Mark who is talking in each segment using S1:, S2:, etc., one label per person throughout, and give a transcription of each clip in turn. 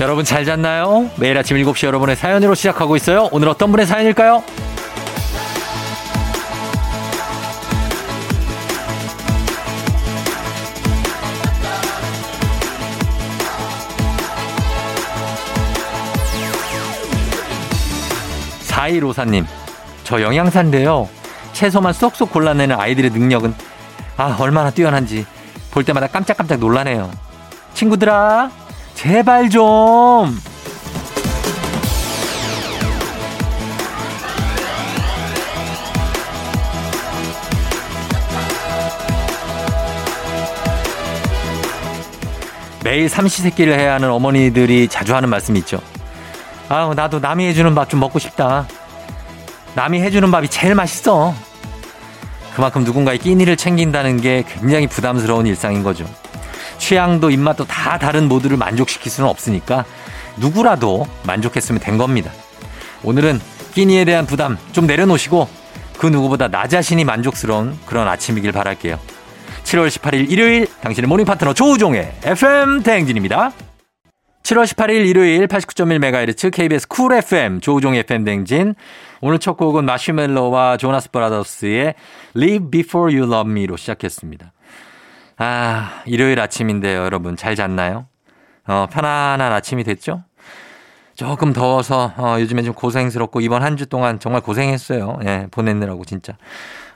S1: 여러분 잘 잤나요? 매일 아침 7시 여러분의 사연으로 시작하고 있어요. 오늘 어떤 분의 사연일까요? 4154님, 저 영양사인데요. 채소만 쏙쏙 골라내는 아이들의 능력은, 아, 얼마나 뛰어난지, 볼 때마다 깜짝깜짝 놀라네요. 친구들아, 제발 좀! 매일 삼시세끼를 해야 하는 어머니들이 자주 하는 말씀이 있죠. 아우 나도 남이 해주는 밥 좀 먹고 싶다. 남이 해주는 밥이 제일 맛있어. 그만큼 누군가의 끼니를 챙긴다는 게 굉장히 부담스러운 일상인 거죠. 취향도 입맛도 다 다른 모두를 만족시킬 수는 없으니까 누구라도 만족했으면 된 겁니다. 오늘은 끼니에 대한 부담 좀 내려놓으시고 그 누구보다 나 자신이 만족스러운 그런 아침이길 바랄게요. 7월 18일 일요일 당신의 모닝 파트너 조우종의 FM 대행진입니다. 7월 18일 일요일 89.1MHz KBS 쿨 FM 조우종 FM 댕진 오늘 첫 곡은 마시멜로와 조나스 브라더스의 Live Before You Love Me로 시작했습니다. 아 일요일 아침인데요 여러분 잘 잤나요? 어, 편안한 아침이 됐죠? 조금 더워서 어, 요즘에 좀 고생스럽고 이번 한 주 동안 정말 고생했어요. 예, 보내느라고 진짜.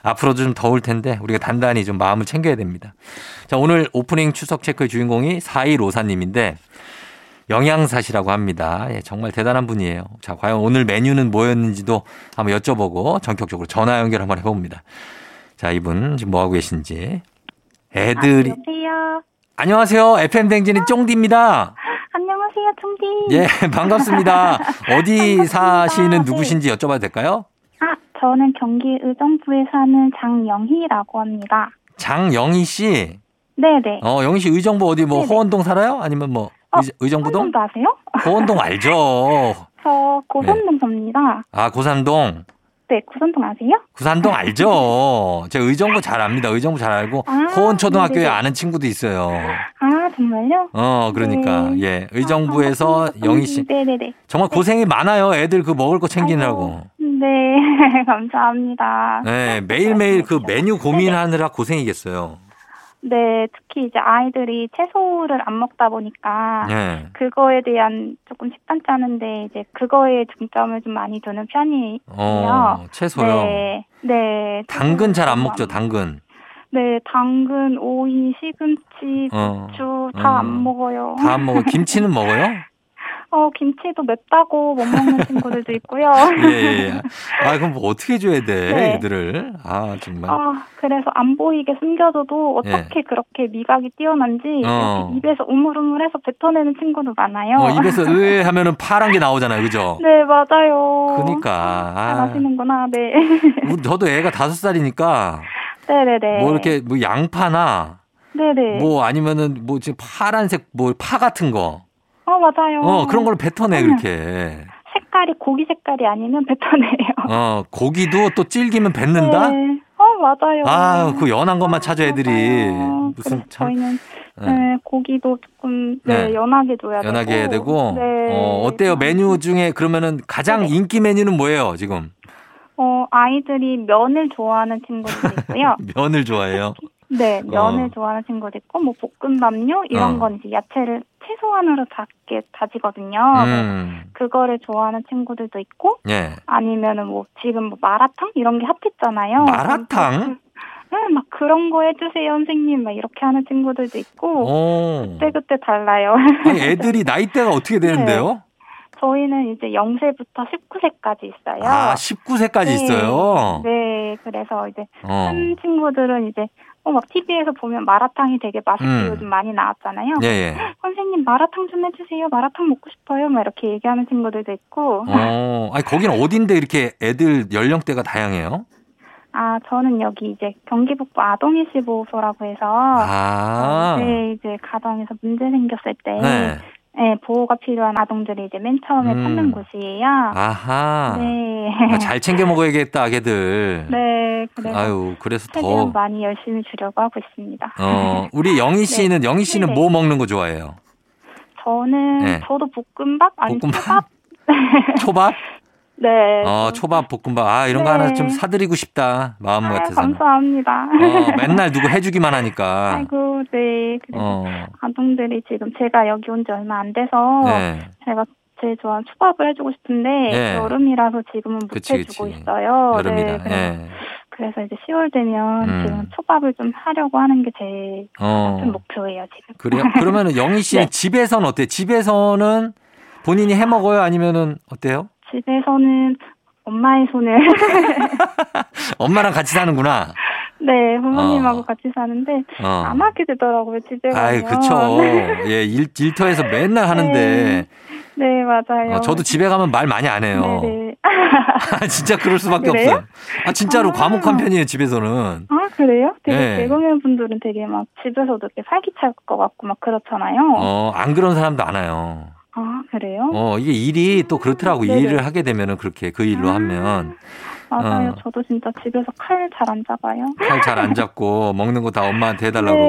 S1: 앞으로도 좀 더울 텐데 우리가 단단히 좀 마음을 챙겨야 됩니다. 자 오늘 오프닝 추석 체크의 주인공이 4154님인데 영양사시라고 합니다. 예, 정말 대단한 분이에요. 자, 과연 오늘 메뉴는 뭐였는지도 한번 여쭤보고 전격적으로 전화 연결 한번 해봅니다. 자, 이분 지금 뭐 하고 계신지. 애들이
S2: 안녕하세요.
S1: 안녕하세요. FM 댕진의 쫑디입니다.
S2: 안녕하세요, 청디.
S1: 예, 반갑습니다. 어디 사시는
S2: 네.
S1: 누구신지 여쭤봐도 될까요?
S2: 아, 저는 경기 의정부에 사는 장영희라고 합니다.
S1: 장영희 씨.
S2: 네네.
S1: 어, 영희 씨 의정부 어디 뭐
S2: 네네.
S1: 호원동 살아요? 아니면 뭐
S2: 어,
S1: 의정- 의정부동?
S2: 도 아세요?
S1: 호원동 알죠.
S2: 저 고산동 삽니다.
S1: 아, 고산동.
S2: 네, 고산동 아세요?
S1: 구산동 알죠? 제가 의정부 잘 압니다. 의정부 잘 알고
S2: 아,
S1: 호원초등학교에
S2: 네네.
S1: 아는 친구도 있어요.
S2: 아, 정말요?
S1: 어, 그러니까
S2: 네.
S1: 예, 의정부에서 영희 씨
S2: 네네네.
S1: 정말 고생이 많아요. 애들 그 먹을 거 챙기느라고.
S2: 네, 감사합니다.
S1: 네, 매일매일 그 메뉴 고민하느라 고생이겠어요.
S2: 네, 특히 이제 아이들이 채소를 안 먹다 보니까
S1: 예.
S2: 그거에 대한 조금 식단 짜는데 이제 그거에 중점을 좀 많이 두는 편이
S1: 어, 채소요.
S2: 네, 네.
S1: 당근 잘 안
S2: 조금
S1: 먹죠, 당근.
S2: 네, 당근, 오이, 시금치,
S1: 어.
S2: 고추 다 안
S1: 음.
S2: 먹어요.
S1: 다 안 먹어. 김치는 먹어요?
S2: 어, 김치도 맵다고 못 먹는 친구들도 있고요.
S1: 예, 예, 예. 아, 그럼 뭐 어떻게 줘야 돼,
S2: 네.
S1: 애들을? 아, 정말.
S2: 아, 그래서 안 보이게 숨겨줘도 어떻게 그렇게 미각이 뛰어난지
S1: 예. 어.
S2: 이렇게 입에서 우물우물해서 뱉어내는 친구도 많아요.
S1: 어, 입에서 으 하면은 파란 게 나오잖아요, 그죠?
S2: 네, 맞아요.
S1: 그니까. 아.
S2: 잘 아시는구나. 네.
S1: 우리- 저도 애가 다섯 살이니까
S2: 네네네.
S1: 뭐 이렇게 뭐 양파나
S2: 네네.
S1: 뭐 아니면은 뭐 지금 파란색 뭐 파 같은 거.
S2: 어, 맞아요.
S1: 어, 그런 걸 뱉어내 그렇게.
S2: 색깔이 고기 색깔이 아니면 뱉어내요.
S1: 어, 고기도 또 찔기면 뱉는다?
S2: 네. 어, 맞아요.
S1: 아, 그 연한 것만 찾아 애들이.
S2: 맞아요.
S1: 무슨
S2: 그래서
S1: 참
S2: 저희는
S1: 예.
S2: 네, 고기도 조금 네,
S1: 네.
S2: 연하게 줘야 되고.
S1: 연하게 해야 되고.
S2: 네.
S1: 어, 어때요? 메뉴 중에 그러면은 가장
S2: 네.
S1: 인기 메뉴는 뭐예요, 지금?
S2: 어, 아이들이 면을 좋아하는 친구도 있고요.
S1: 면을 좋아해요.
S2: 네, 면을
S1: 어.
S2: 좋아하는 친구도 있고 뭐 볶음밥류 이런
S1: 어.
S2: 건 이제 야채를 최소한으로 작게 다지거든요.
S1: 음.
S2: 그거를 좋아하는 친구들도 있고
S1: 예.
S2: 아니면은 뭐 지금 뭐 마라탕 이런 게 핫했잖아요.
S1: 마라탕?
S2: 네, 막 그런 거 해주세요 선생님 막 이렇게 하는 친구들도
S1: 어.
S2: 있고
S1: 오.
S2: 어. 그때그때 달라요.
S1: 아니, 애들이 나이대가
S2: 네.
S1: 어떻게 되는데요?
S2: 저희는 이제 0세부터 19세까지 있어요.
S1: 아, 19세까지
S2: 네.
S1: 있어요?
S2: 네, 그래서 이제
S1: 어.
S2: 한 친구들은 이제 어, 막 TV에서 보면 마라탕이 되게 맛있게
S1: 음.
S2: 요즘 많이 나왔잖아요.
S1: 예, 예.
S2: 선생님 마라탕 좀 해주세요. 마라탕 먹고 싶어요. 막 이렇게 얘기하는 친구들도 있고.
S1: 어, 아니, 거기는 어딘데 이렇게 애들 연령대가 다양해요?
S2: 아 저는 여기 이제 경기북부 아동일시보호소라고 해서
S1: 아.
S2: 네 이제 가정에서 문제 생겼을 때
S1: 네.
S2: 네, 보호가 필요한 아동들이 이제 맨 처음에
S1: 음.
S2: 찾는 곳이에요.
S1: 아하.
S2: 네.
S1: 아, 잘 챙겨 먹어야겠다, 걔들.
S2: 네 그래서
S1: 아유, 그래서
S2: 최대한
S1: 더.
S2: 많이 열심히 주려고 하고 있습니다.
S1: 어, 우리 영희 씨는, 영희 씨는
S2: 네. 네네.
S1: 뭐 먹는 거 좋아해요?
S2: 저는
S1: 네.
S2: 저도 볶음밥 아니
S1: 볶음밥?
S2: 초밥.
S1: 초밥?
S2: 네.
S1: 어, 초밥, 볶음밥. 아, 이런 거
S2: 네.
S1: 하나 좀 사드리고 싶다. 마음
S2: 아,
S1: 같아서는.
S2: 감사합니다.
S1: 어, 맨날 누구 해주기만 하니까.
S2: 아이고 네. 그래서
S1: 어,
S2: 아동들이 지금 제가 여기 온 지 얼마 안 돼서
S1: 네.
S2: 제가 제일 좋아하는 초밥을 해주고 싶은데
S1: 네.
S2: 여름이라서 지금은 못
S1: 그치,
S2: 해주고
S1: 그치.
S2: 있어요.
S1: 여름이다.
S2: 네, 그래서,
S1: 예.
S2: 그래서 이제 10월 되면
S1: 음.
S2: 지금 초밥을 좀 하려고 하는 게제
S1: 어.
S2: 큰 목표예요 지금.
S1: 그래요? 그러면은 영희 씨는
S2: 뭐- 네.
S1: 집에선 어때요? 집에서는 본인이 해 먹어요? 아니면은 어때요?
S2: 집에서는 엄마의 손을
S1: 엄마랑 같이 사는구나.
S2: 네 부모님하고
S1: 어.
S2: 같이 사는데
S1: 어.
S2: 안 하게 되더라고요 집에 가면.
S1: 아이, 그쵸. 예, 일, 일터에서 맨날 하는데.
S2: 네 맞아요.
S1: 어, 저도 집에 가면 말 많이 안 해요.
S2: 네네.
S1: 아, 진짜 그럴 수밖에
S2: 그래요?
S1: 없어요. 아, 진짜로
S2: 아.
S1: 과묵한 편이에요, 집에서는.
S2: 아 그래요? 되게
S1: 네.
S2: 개그맨 분들은 되게 막 집에서도 이렇게 활기찰 것 같고 막 그렇잖아요.
S1: 어, 안 그런 사람도 많아요.
S2: 아 그래요?
S1: 어, 이게 일이 또 그렇더라고.
S2: 네네. 아.
S1: 일을 하게 되면은 그렇게 그 일로 하면
S2: 맞아요.
S1: 어.
S2: 저도 진짜 집에서 칼 잘 안 잡아요.
S1: 칼 잘 안 잡고 먹는 거 다 엄마한테 해달라
S2: 네,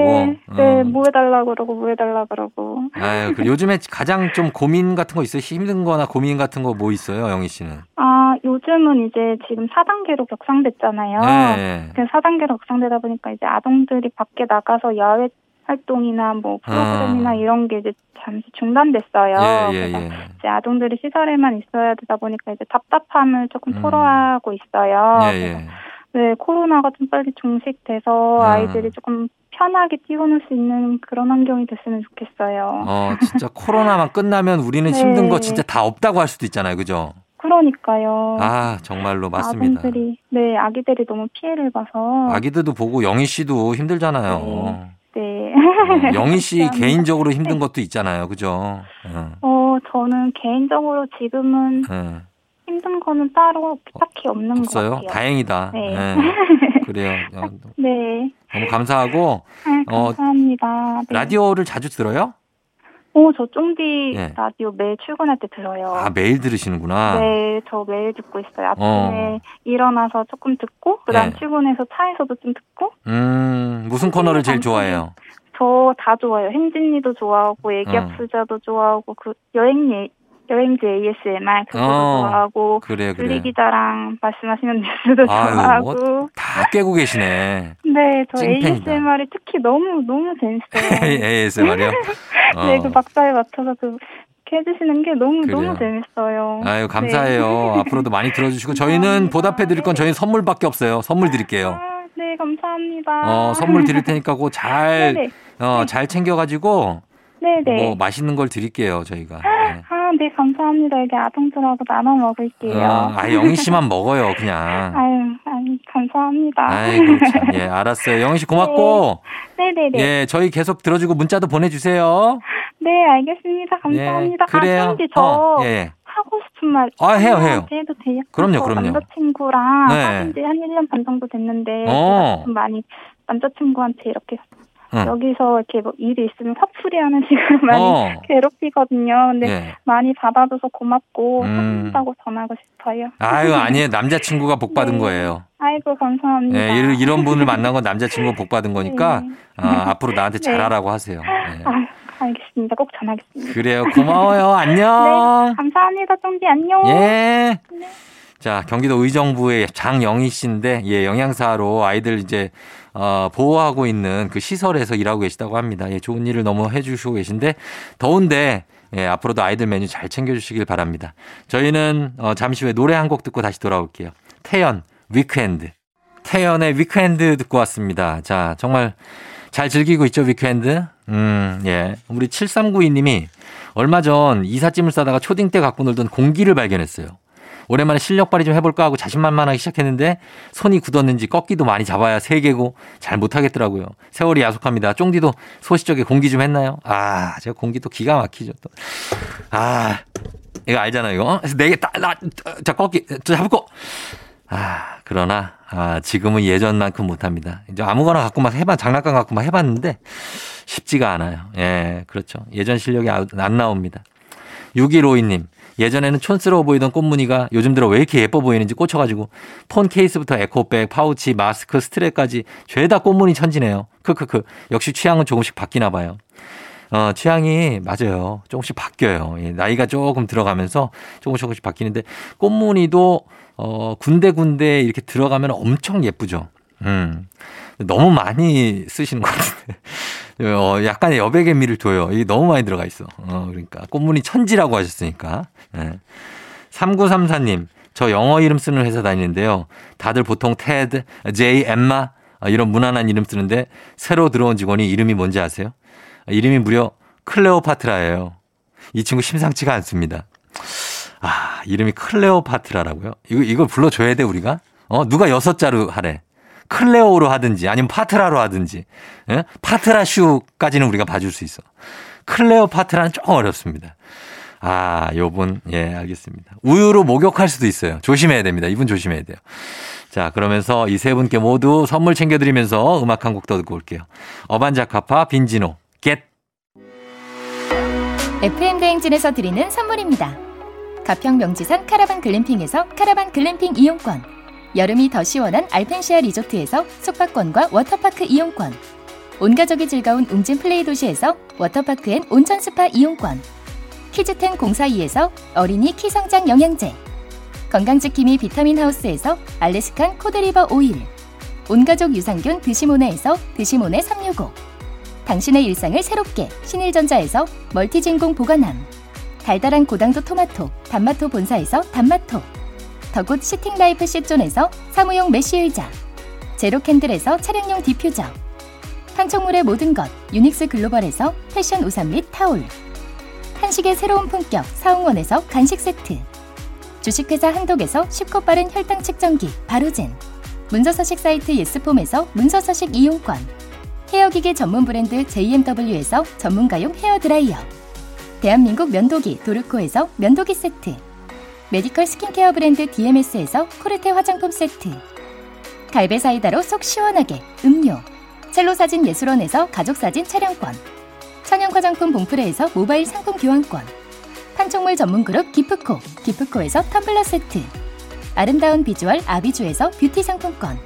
S1: 그러고.
S2: 네,
S1: 어.
S2: 뭐 해달라 그러고 뭐 해달라 그러고.
S1: 아유, 그 요즘에 가장 좀 고민 같은 거 있어요? 힘든 거나 고민 같은 거 뭐 있어요, 영희 씨는?
S2: 아 요즘은 이제 지금 4단계로 격상됐잖아요.
S1: 네.
S2: 그 4단계로 격상되다 보니까 이제 아동들이 밖에 나가서 야외 활동이나 뭐 프로그램이나
S1: 어.
S2: 이런 게 이제 잠시 중단됐어요.
S1: 예, 예,
S2: 그래서
S1: 예.
S2: 이제 아동들이 시설에만 있어야 되다 보니까 이제 답답함을 조금
S1: 음.
S2: 토로하고 있어요.
S1: 예, 예.
S2: 네, 코로나가 좀 빨리 종식돼서
S1: 아.
S2: 아이들이 조금 편하게 뛰어놀 수 있는 그런 환경이 됐으면 좋겠어요.
S1: 어, 진짜 코로나만 끝나면 우리는
S2: 네.
S1: 힘든 거 진짜 다 없다고 할 수도 있잖아요. 그죠?
S2: 그러니까요.
S1: 아, 정말로 맞습니다.
S2: 동들이 네, 아기들이 너무 피해를 봐서
S1: 아기들도 보고 영희 씨도 힘들잖아요.
S2: 네. 네.
S1: 어, 영희 씨
S2: 감사합니다.
S1: 개인적으로 힘든 것도 있잖아요. 그죠? 어,
S2: 어, 저는 개인적으로 지금은
S1: 어,
S2: 힘든 거는 따로 딱히 없는
S1: 없어요?
S2: 것 같아요.
S1: 다행이다.
S2: 네.
S1: 예. 그래요. 어,
S2: 네.
S1: 너무 감사하고
S2: 아,
S1: 어,
S2: 감사합니다. 네.
S1: 라디오를 자주 들어요?
S2: 오, 저 쫑디
S1: 네.
S2: 라디오 매일 출근할 때 들어요.
S1: 아, 매일 들으시는구나.
S2: 네, 저 매일 듣고 있어요. 아침에
S1: 어.
S2: 일어나서 조금 듣고, 그 다음
S1: 네.
S2: 출근해서 차에서도 좀 듣고,
S1: 음, 무슨 코너를 제일 좋아해요?
S2: 저 다 좋아요. 행진이도 좋아하고,
S1: 어.
S2: 애기업 수자도 좋아하고, 그 여행 예, 여행지 ASMR 그것도
S1: 어.
S2: 좋아하고,
S1: 그래,
S2: 분리
S1: 그래.
S2: 기자랑 말씀하시는 뉴스도
S1: 아유,
S2: 좋아하고.
S1: 다 깨고 계시네.
S2: 네, 저
S1: 찐팬이다. 예.
S2: ASMR이 특히 너무 너무 재밌어요.
S1: ASMR이요?
S2: 네, 그 박자에 맞춰서 그 이렇게 해주시는 게 너무
S1: 어. 그래요.
S2: 너무 재밌어요. 네.
S1: 아유, 감사해요. 앞으로도 많이 들어주시고. 저희는
S2: 감사합니다.
S1: 보답해 드릴 건 저희는 선물밖에 없어요. 선물 드릴게요.
S2: 아, 네, 감사합니다.
S1: 어, 선물 드릴 테니까 꼭 잘,
S2: 아. 네,
S1: 어, 잘 챙겨가지고,
S2: 네, 네.
S1: 뭐, 맛있는 걸 드릴게요, 저희가. 네.
S2: 아, 네, 감사합니다. 여기 아동들하고 나눠 먹을게요.
S1: 어, 아, 영희 씨만 먹어요, 그냥.
S2: 아유, 아니, 감사합니다.
S1: 아이고, 참. 예, 알았어요. 영희 씨 고맙고,
S2: 네, 네, 네.
S1: 예, 저희 계속 들어주고 문자도 보내주세요.
S2: 네, 알겠습니다. 감사합니다.
S1: 예, 그래요.
S2: 아, 형제 저
S1: 어, 예, 예.
S2: 하고 싶은 말.
S1: 아, 해요, 해요.
S2: 친구한테 해도 돼요?
S1: 그럼요,
S2: 저
S1: 그럼요.
S2: 남자친구랑
S1: 네.
S2: 사귄 지한 1년 반 정도
S1: 어.
S2: 됐는데, 제가 좀 많이 남자친구한테 이렇게
S1: 응.
S2: 여기서 이렇게 뭐 일이 있으면 화풀이 하는 시간을 많이 네.
S1: 어,
S2: 괴롭히거든요. 근데
S1: 예.
S2: 많이 받아줘서 고맙고,
S1: 음.
S2: 사귄다고 전하고 싶어요.
S1: 아유, 아니에요. 남자친구가 복 받은
S2: 네.
S1: 거예요.
S2: 아이고, 감사합니다.
S1: 예, 이런, 이런 분을 만난 건 남자친구가 복 받은 거니까,
S2: 네.
S1: 아, 앞으로 나한테
S2: 네.
S1: 잘하라고 하세요. 예.
S2: 아, 알겠습니다. 꼭 전하겠습니다.
S1: 그래요. 고마워요.
S2: 네.
S1: 안녕.
S2: 감사합니다, 쫑디. 안녕.
S1: 아. 예. 자, 경기도 의정부의 장영희 씨인데, 예, 영양사로 아이들 이제, 어, 보호하고 있는 그 시설에서 일하고 계시다고 합니다. 예, 좋은 일을 너무 해주시고 계신데, 더운데, 예, 앞으로도 아이들 메뉴 잘 챙겨주시길 바랍니다. 저희는, 어, 잠시 후에 노래 한 곡 듣고 다시 돌아올게요. 태연, 위크엔드. 태연의 위크엔드 듣고 왔습니다. 자, 정말 잘 즐기고 있죠, 위크엔드? 음, 예. 우리 7392님이 얼마 전 이삿짐을 싸다가 초딩 때 갖고 놀던 공기를 발견했어요. 오랜만에 실력 발휘 좀 해볼까 하고 자신만만하게 시작했는데 손이 굳었는지 꺾기도 많이 잡아야 세 개고 잘 못하겠더라고요. 세월이 야속합니다. 쫑디도 소시적에 공기 좀 했나요? 아, 제가 공기 또 기가 막히죠. 또. 아, 이거 알잖아요. 이거. 어? 네개 딱, 나, 자, 꺾기, 저 잡고. 아, 그러나, 아, 지금은 예전만큼 못합니다. 이제 아무거나 갖고 막 해봐, 장난감 갖고 막 해봤는데 쉽지가 않아요. 예, 그렇죠. 예전 실력이 아- 안 나옵니다. 6152님. 예전에는 촌스러워 보이던 꽃무늬가 요즘 들어 왜 이렇게 예뻐 보이는지 꽂혀가지고 폰 케이스부터 에코백, 파우치, 마스크, 스트랩까지 죄다 꽃무늬 천지네요. 크크크. 역시 취향은 조금씩 바뀌나 봐요. 어, 취향이 맞아요. 조금씩 바뀌어요. 예, 나이가 조금 들어가면서 조금씩 조금씩 바뀌는데 꽃무늬도 어, 군데군데 이렇게 들어가면 엄청 예쁘죠. 음. 너무 많이 쓰시는 것 같은데. 어, 약간의 여백의 미를 둬요. 이게 너무 많이 들어가 있어. 어, 그러니까. 꽃무늬 천지라고 하셨으니까. 예. 3934님, 저 영어 이름 쓰는 회사 다니는데요. 다들 보통 테드, 제이, 엠마, 아, 이런 무난한 이름 쓰는데 새로 들어온 직원이 이름이 뭔지 아세요? 아, 이름이 무려 클레오파트라예요. 이 친구 심상치가 않습니다. 아, 이름이 클레오파트라라고요? 이거, 이걸 불러줘야 돼, 우리가? 어, 누가 여섯 자로 하래? 클레오로 하든지 아니면 파트라로 하든지 예? 파트라슈까지는 우리가 봐줄 수 있어. 클레오파트라는 조금 어렵습니다. 아, 요분 예, 알겠습니다. 우유로 목욕할 수도 있어요. 조심해야 됩니다. 이분 조심해야 돼요. 자, 그러면서 이 세 분께 모두 선물 챙겨드리면서 음악 한 곡 더 듣고 올게요. 어반자카파 빈지노 겟
S3: FM 대행진에서 드리는 선물입니다. 가평 명지산 카라반 글램핑에서 카라반 글램핑 이용권. 여름이 더 시원한 알펜시아 리조트에서 숙박권과 워터파크 이용권. 온가족이 즐거운 웅진 플레이 도시에서 워터파크 엔 온천 스파 이용권. 키즈텐 공사이에서 어린이 키성장 영양제. 건강지킴이 비타민 하우스에서 알래스칸 코데리버 오일. 온가족 유산균 드시모네에서 드시모네 365. 당신의 일상을 새롭게 신일전자에서 멀티진공 보관함. 달달한 고당도 토마토, 단마토 본사에서 단마토. 더굿 시팅라이프 시존에서 사무용 메쉬 의자 제로캔들에서 차량용 디퓨저 판촉물의 모든 것 유닉스 글로벌에서 패션 우산 및 타올 한식의 새로운 품격 사홍원에서 간식 세트 주식회사 한독에서 쉽고 빠른 혈당 측정기 바로젠 문서서식 사이트 예스폼에서 문서서식 이용권 헤어기계 전문 브랜드 JMW에서 전문가용 헤어드라이어 대한민국 면도기 도르코에서 면도기 세트 메디컬 스킨케어 브랜드 DMS에서 코르테 화장품 세트. 갈베 사이다로 속 시원하게 음료. 첼로 사진 예술원에서 가족 사진 촬영권. 천연 화장품 봉프레에서 모바일 상품 교환권. 판촉물 전문 그룹 기프코. 기프코에서 텀블러 세트. 아름다운 비주얼 아비주에서 뷰티 상품권.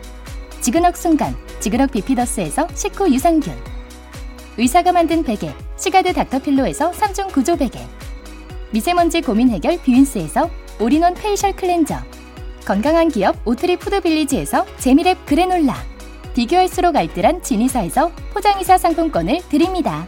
S3: 지그넉 순간. 지그넉 비피더스에서 식후 유산균. 의사가 만든 베개. 시가드 닥터필로에서 3중 구조 베개. 미세먼지 고민 해결 뷰인스에서 올인원 페이셜 클렌저 건강한 기업 오트리 푸드빌리지에서 재미랩 그래놀라 비교할수록 알뜰한 진이사에서 포장이사 상품권을 드립니다.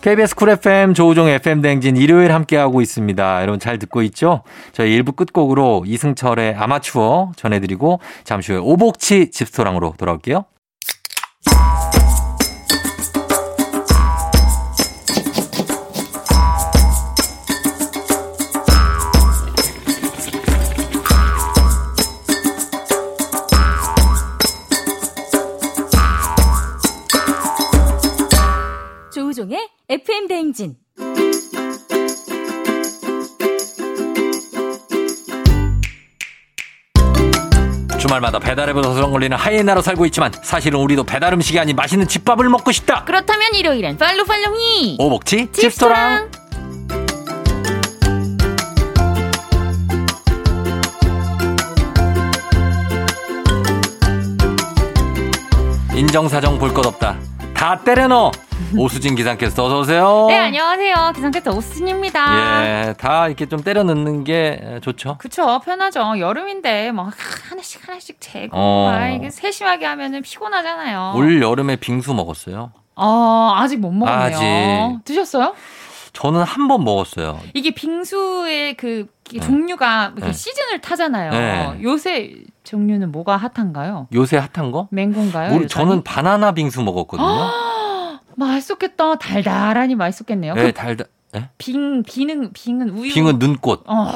S1: KBS 쿨 FM 조우종 FM 댕진 일요일 함께하고 있습니다. 여러분 잘 듣고 있죠? 저희 1부 끝곡으로 이승철의 아마추어 전해드리고 잠시 후에 오복치 집스토랑으로 돌아올게요.
S4: 조우종의 FM 대행진.
S1: 주말마다 배달앱에서 소송 걸리는 하이에나로 살고 있지만 사실은 우리도 배달 음식이 아닌 맛있는 집밥을 먹고 싶다.
S4: 그렇다면 일요일엔 팔로 팔로이.
S1: 오복치 집스토랑.
S4: 칩스토랑.
S1: 인정사정 볼 것 없다. 다 때려넣어. 오수진 기상캐스터 어서 오세요.
S4: 네 안녕하세요 기상캐스터 오스입니다.
S1: 예, 다 이렇게 좀 때려 넣는 게 좋죠.
S4: 그쵸 편하죠 여름인데 뭐 하나씩 하나씩 재고
S1: 어.
S4: 막 이게 세심하게 하면은 피곤하잖아요.
S1: 올 여름에 빙수 먹었어요.
S4: 어 아직 못 먹었네요.
S1: 아직.
S4: 드셨어요?
S1: 저는 한 번 먹었어요.
S4: 이게 빙수의 그 종류가
S1: 네.
S4: 이렇게 시즌을 타잖아요.
S1: 네.
S4: 요새 종류는 뭐가 핫한가요?
S1: 요새 핫한 거?
S4: 아, 맹고인가요?
S1: 모르-
S4: 요새? 아,
S1: 저는 바나나 빙수 먹었거든요.
S4: 맛있었겠다. 달달하니 맛있었겠네요. 그
S1: 네, 달다. 예?
S4: 그빙 비는 빙은 우유.
S1: 빙은 눈꽃.
S4: 어,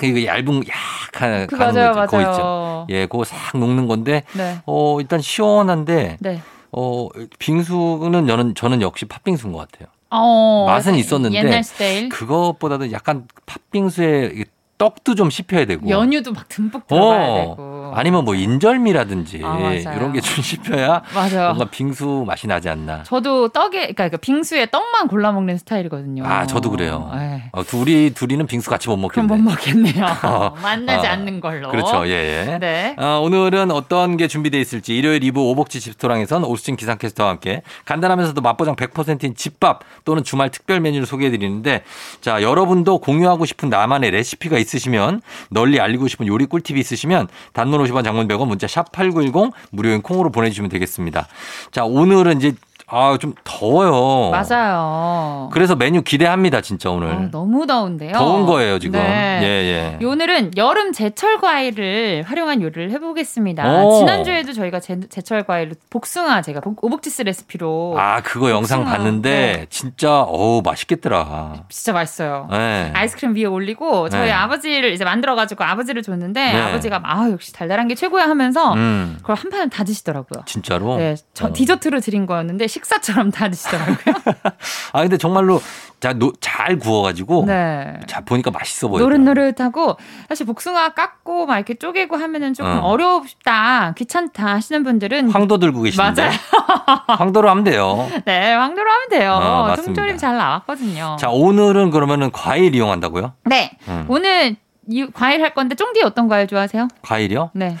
S1: 크, 이거 얇은 약한
S4: 그
S1: 가는
S4: 맞아요,
S1: 거 있죠. 그거 있죠.
S4: 맞아요.
S1: 예, 그거 싹 녹는 건데
S4: 네,
S1: 어, 일단 시원한데
S4: 네.
S1: 어, 빙수는 저는 저는 역시 팥빙수인 것 같아요.
S4: 어,
S1: 맛은 있었는데 그
S4: 옛날 스타일.
S1: 그것보다도 약간 팥빙수에 이게 떡도 좀 씹혀야 되고
S4: 연유도 막 듬뿍
S1: 어.
S4: 들어가야 되고. 맞아요.
S1: 아니면 뭐 인절미라든지
S4: 아, 맞아요.
S1: 이런 게 좀 씹혀야
S4: 맞아요.
S1: 뭔가 빙수 맛이 나지 않나.
S4: 저도 떡에 그러니까 그 빙수에 떡만 골라 먹는 스타일이거든요.
S1: 아, 저도 그래요.
S4: 예.
S1: 어, 둘이 둘이는 빙수 같이 못
S4: 그럼
S1: 먹겠네.
S4: 못 먹겠네요.
S1: 어.
S4: 만나지
S1: 아,
S4: 않는 걸로.
S1: 그렇죠. 예. 예.
S4: 네.
S1: 아, 오늘은 어떤 게 준비되어 있을지 일요일 2부 오복지 집토랑에선 오수진 기상캐스터와 함께 간단하면서도 맛보장 100%인 집밥 또는 주말 특별 메뉴를 소개해드리는데 자 여러분도 공유하고 싶은 나만의 레시피가 있으시면 널리 알리고 싶은 요리 꿀팁이 있으시면 단문 50원 장문 100원 문자 샵 8910 무료인 콩으로 보내주시면 되겠습니다. 자 오늘은 이제 아 좀 더워요.
S4: 맞아요.
S1: 그래서 메뉴 기대합니다 진짜 오늘.
S4: 아, 너무 더운데요.
S1: 더운 거예요 지금.
S4: 네.
S1: 예 예.
S4: 오늘은 여름 제철 과일을 활용한 요리를 해보겠습니다.
S1: 오.
S4: 지난주에도 저희가 제, 철 과일로 복숭아 제가 복- 오복지스 레시피로
S1: 아 그거 영상
S4: 복숭아.
S1: 봤는데
S4: 네.
S1: 진짜 어우 맛있겠더라.
S4: 진짜 맛있어요.
S1: 네.
S4: 아이스크림 위에 올리고 저희
S1: 네.
S4: 아버지를 이제 만들어가지고 아버지를 줬는데
S1: 네.
S4: 아버지가 아 역시 달달한 게 최고야 하면서
S1: 음,
S4: 그걸 한 판을 다 드시더라고요.
S1: 진짜로.
S4: 네, 저
S1: 어.
S4: 디저트로 드린 거였는데 식사처럼 다 드시더라고요.
S1: 아 근데 정말로 자, 노- 잘 구워가지고
S4: 네.
S1: 자 보니까 맛있어 뭐 보여.
S4: 노릇노릇하고 사실 복숭아 깎고 막 이렇게 쪼개고 하면은 조금
S1: 어.
S4: 어. 렵다 귀찮다 하시는 분들은
S1: 황도 들고 계신데.
S4: 맞아요.
S1: 황도로 하면 돼요.
S4: 네 황도로 하면 돼요.
S1: 어, 맞습니다.
S4: 통조림 잘 나왔거든요.
S1: 자 오늘은 그러면은 과일 이용한다고요?
S4: 네
S1: 음.
S4: 어. 오늘 이 과일 할 건데 쫑디 어떤 과일 좋아하세요?
S1: 과일이요?
S4: 네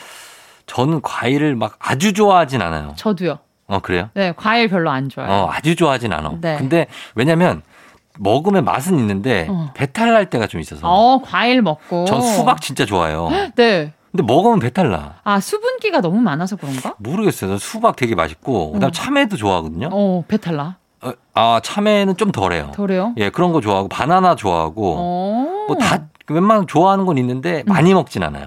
S1: 저는 과일을 막 아주 좋아하진 않아요.
S4: 저도요.
S1: 어 그래요?
S4: 네 과일 별로 안 좋아해요.
S1: 어 아주 좋아하진 않아.
S4: 네.
S1: 근데 왜냐면 먹으면 맛은 있는데
S4: 어.
S1: 배탈 날 때가 좀 있어서.
S4: 어, 과일 먹고.
S1: 전 수박 진짜 좋아해요.
S4: 네.
S1: 근데 먹으면 배탈 나.
S4: 아 수분기가 너무 많아서 그런가?
S1: 모르겠어요. 전 수박 되게 맛있고 그다음
S4: 음.
S1: 참외도 좋아하거든요.
S4: 어 배탈나.
S1: 어, 아 참외는 좀 덜해요.
S4: 덜해요.
S1: 예, 그런 거 좋아하고 바나나 좋아하고
S4: 어. 음.
S1: 뭐 다 웬만하면 좋아하는 건 있는데 많이 먹진 않아요.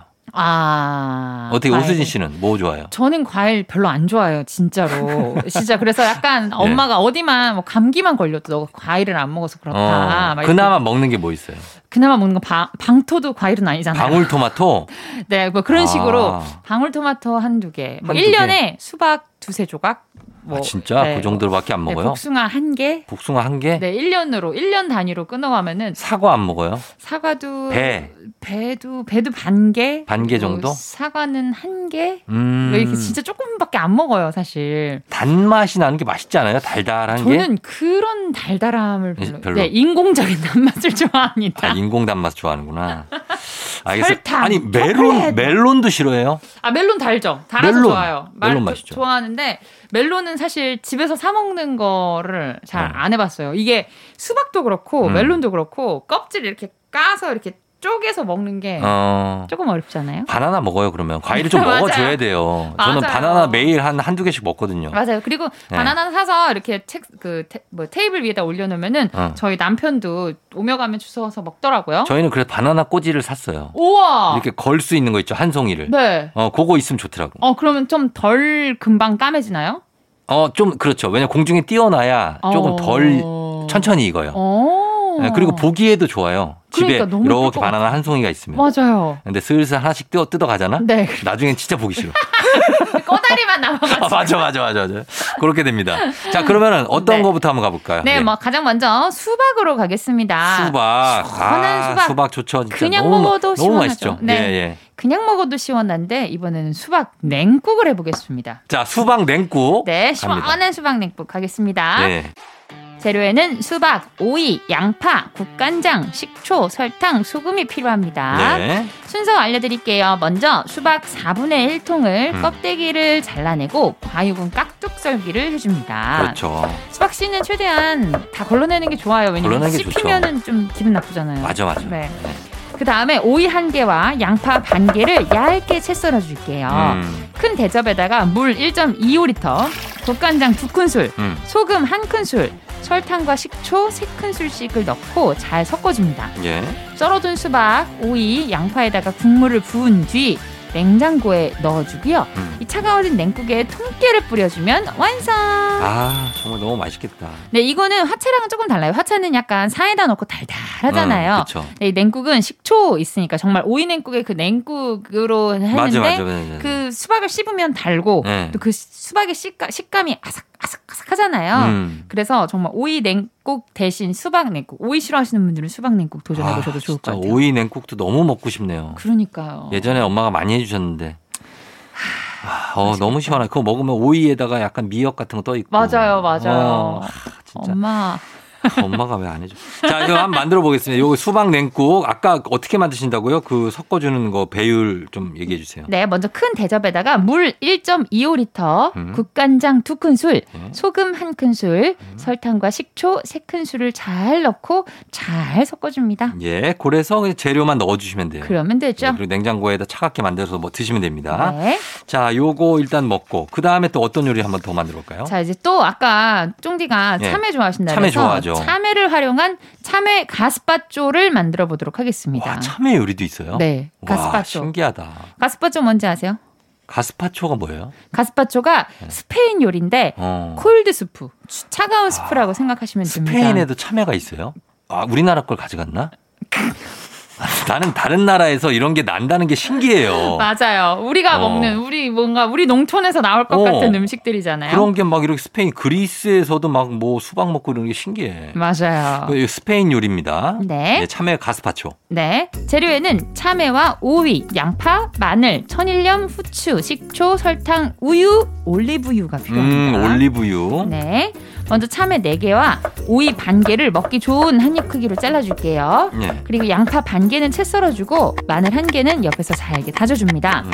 S4: 아.
S1: 어떻게
S4: 과일.
S1: 오수진 씨는 뭐 좋아해요?
S4: 저는 과일 별로 안 좋아해요, 진짜로. 진짜 그래서
S1: 예.
S4: 약간 엄마가 어디만 뭐 감기만 걸려도 너 과일을 안 먹어서 그렇다.
S1: 어,
S4: 막 이렇게.
S1: 그나마 먹는 게 뭐 있어요?
S4: 그나마 먹는 건 방, 방토도 과일은 아니잖아요.
S1: 방울토마토.
S4: 네, 뭐 그런
S1: 아.
S4: 식으로 방울토마토 한두 개, 뭐
S1: 한두
S4: 1년에 수박 두세 조각, 뭐
S1: 아, 진짜
S4: 네,
S1: 그 정도로밖에 안
S4: 네,
S1: 먹어요?
S4: 복숭아 한 개,
S1: 복숭아 한 개,
S4: 네, 1년으로 1년 단위로 끊어가면은
S1: 사과 안 먹어요?
S4: 사과도
S1: 배.
S4: 배도 배도 반 개,
S1: 반개
S4: 뭐
S1: 정도?
S4: 사과는 한 개.
S1: 음,
S4: 이렇게 진짜 조금밖에 안 먹어요, 사실.
S1: 단맛이 나는 게 맛있지 않아요? 달달한 게?
S4: 저는 그런 달달함을 별로,
S1: 별로.
S4: 네, 인공적인 단맛을
S1: 아,
S4: 좋아합니다.
S1: 인공 단맛 좋아하는구나. 알겠어요.
S4: 설탕,
S1: 아니 멜론
S4: 초콜릿.
S1: 멜론도 싫어해요?
S4: 아, 멜론 달죠. 달아서
S1: 멜론.
S4: 좋아요.
S1: 멜론
S4: 말-
S1: 맛있죠.
S4: 좋아하는데 멜론은 사실 집에서 사 먹는 거를 잘
S1: 네.
S4: 안 해봤어요. 이게 수박도 그렇고
S1: 음.
S4: 멜론도 그렇고 껍질 이렇게 까서 이렇게 쪼개서 먹는 게
S1: 어.
S4: 조금 어렵잖아요.
S1: 바나나 먹어요 그러면 과일을 좀
S4: 맞아요.
S1: 먹어줘야 돼요. 저는
S4: 맞아요.
S1: 바나나 매일 한 한두 개씩 먹거든요.
S4: 맞아요. 그리고
S1: 네.
S4: 바나나 사서 이렇게 책, 그, 테, 뭐, 테이블 위에다 올려놓으면은
S1: 어.
S4: 저희 남편도 오며 가며 주워서 먹더라고요.
S1: 저희는 그래서 바나나 꼬지를 샀어요.
S4: 우와!
S1: 이렇게 걸 수 있는 거 있죠 한 송이를.
S4: 아. 네.
S1: 어 그거 있으면 좋더라고.
S4: 어, 그러면 좀 덜 금방 까매지나요?
S1: 어 좀 그렇죠. 왜냐 면 공중에 띄어놔야 조금 덜
S4: 어.
S1: 천천히 익어요.
S4: 어.
S1: 네, 그리고 보기에도 좋아요. 집에
S4: 그러니까 너무 예쁠
S1: 이렇게
S4: 것
S1: 바나나 한 송이가 있으면.
S4: 맞아요.
S1: 근데 슬슬 하나씩 뜯어 뜯어 가잖아.
S4: 네.
S1: 나중엔 진짜 보기 싫어.
S4: 꼬다리만 남아가지고.
S1: 아, 맞아, 맞아, 맞아, 맞아. 그렇게 됩니다. 자, 그러면은 어떤
S4: 네.
S1: 거부터 한번 가볼까요?
S4: 네,
S1: 예.
S4: 뭐 가장 먼저 수박으로 가겠습니다.
S1: 수박.
S4: 아, 시원한
S1: 아,
S4: 수박.
S1: 좋죠. 진짜
S4: 그냥
S1: 너무,
S4: 먹어도
S1: 너무
S4: 시원하죠.
S1: 맛있죠.
S4: 네.
S1: 예, 예.
S4: 그냥 먹어도 시원한데 이번에는 수박 냉국을 해보겠습니다.
S1: 자, 수박 냉국.
S4: 네, 아,
S1: 갑니다.
S4: 시원한 수박 냉국 가겠습니다.
S1: 예.
S4: 재료에는 수박, 오이, 양파, 국간장, 식초, 설탕, 소금이 필요합니다.
S1: 네.
S4: 순서 알려드릴게요. 먼저 수박 4분의 1통을
S1: 음.
S4: 껍데기를 잘라내고 과육은 깍둑 썰기를 해줍니다.
S1: 그렇죠.
S4: 수박 씨는 최대한 다 걸러내는 게 좋아요. 왜냐면
S1: 걸러내는 게 좋죠.
S4: 씹히면은 좀 기분 나쁘잖아요.
S1: 맞아, 맞아.
S4: 네. 그 다음에 오이 한 개와 양파 반 개를 얇게 채 썰어 줄게요.
S1: 음,
S4: 큰 대접에다가 물 1.25리터, 국간장 두 큰술,
S1: 음.
S4: 소금 한 큰술, 설탕과 식초 세 큰술씩을 넣고 잘 섞어줍니다.
S1: 예.
S4: 썰어둔 수박, 오이, 양파에다가 국물을 부은 뒤 냉장고에 넣어주고요.
S1: 음.
S4: 이 차가워진 냉국에 통깨를 뿌려주면 완성.
S1: 아, 정말 너무 맛있겠다.
S4: 네, 이거는 화채랑은 조금 달라요. 화채는 약간 사에다 넣고 달달하잖아요.
S1: 그렇죠.
S4: 네, 이 냉국은 식초 있으니까 정말 오이 냉국에 그 냉국으로 했는데
S1: 맞아, 맞아, 맞아.
S4: 그 수박을 씹으면 달고
S1: 네.
S4: 또 그 수박의 식감, 식감이 아삭아삭아삭하잖아요.
S1: 음.
S4: 그래서 정말 오이 냉국 대신 수박 냉국. 오이 싫어하시는 분들은 수박 냉국 도전해 보셔도
S1: 아,
S4: 좋을
S1: 진짜
S4: 것 같아요.
S1: 오이 냉국도 너무 먹고 싶네요.
S4: 그러니까요.
S1: 예전에 엄마가 많이 해주셨는데 아, 어, 너무 시원해. 그거 먹으면 오이에다가 약간 미역 같은 거 떠 있고.
S4: 맞아요,
S1: 어,
S4: 맞아요.
S1: 아, 진짜.
S4: 엄마.
S1: 아, 엄마가 왜 안 해줘? 자, 이거 한번 만들어 보겠습니다. 요거 수박 냉국 아까 어떻게 만드신다고요? 그 섞어주는 거 배율 좀 얘기해 주세요.
S4: 네, 먼저 큰 대접에다가 물 1.25리터,
S1: 음.
S4: 국간장 2큰술,
S1: 네. 음.
S4: 소금 1큰술, 설탕과 식초 3큰술을 잘 넣고 잘 섞어줍니다.
S1: 예, 그래서 그냥 재료만 넣어주시면 돼요.
S4: 그러면 되죠.
S1: 네, 그리고 냉장고에다 차갑게 만들어서 뭐 드시면 됩니다.
S4: 그렇죠. 네.
S1: 자, 요거 일단 먹고 그 다음에 또 어떤 요리 한번 더 만들어 볼까요?
S4: 자, 이제 또 아까 쫑디가
S1: 예.
S4: 참외 좋아하신다
S1: 참외
S4: 그래서
S1: 좋아하죠.
S4: 참외를 활용한 참외 가스파초를 만들어 보도록 하겠습니다.
S1: 와, 참외 요리도 있어요?
S4: 네,
S1: 와,
S4: 가스파초.
S1: 신기하다.
S4: 가스파초 뭔지 아세요?
S1: 가스파초가 뭐예요?
S4: 가스파초가 스페인 요리인데
S1: 네. 어. 아,
S4: 콜드 스프, 추- 차가운 스프라고 생각하시면 됩니다.
S1: 스페인에도 참외가 있어요? 아, 우리나라 걸 가져갔나? 나는 다른 나라에서 이런 게 난다는 게 신기해요.
S4: 맞아요. 우리가
S1: 어.
S4: 먹는 우리 뭔가 우리 농촌에서 나올 것
S1: 어.
S4: 같은 음식들이잖아요.
S1: 그런 게 막 이렇게 스페인, 그리스에서도 막 뭐 수박 먹고 이러는 게 신기해.
S4: 맞아요.
S1: 그 스페인 요리입니다.
S4: 네.
S1: 예, 참외 가스파초.
S4: 네. 재료에는 참외와 오이, 양파, 마늘, 천일염, 후추, 식초, 설탕, 우유, 올리브유가
S1: 음,
S4: 필요합니다.
S1: 올리브유.
S4: 네. 먼저 참외 4개와 오이 반 개를 먹기 좋은 한 입 크기로 잘라줄게요.
S1: 예.
S4: 그리고 양파 반 개는 채 썰어주고 마늘 한 개는 옆에서 잘게 다져줍니다.
S1: 음,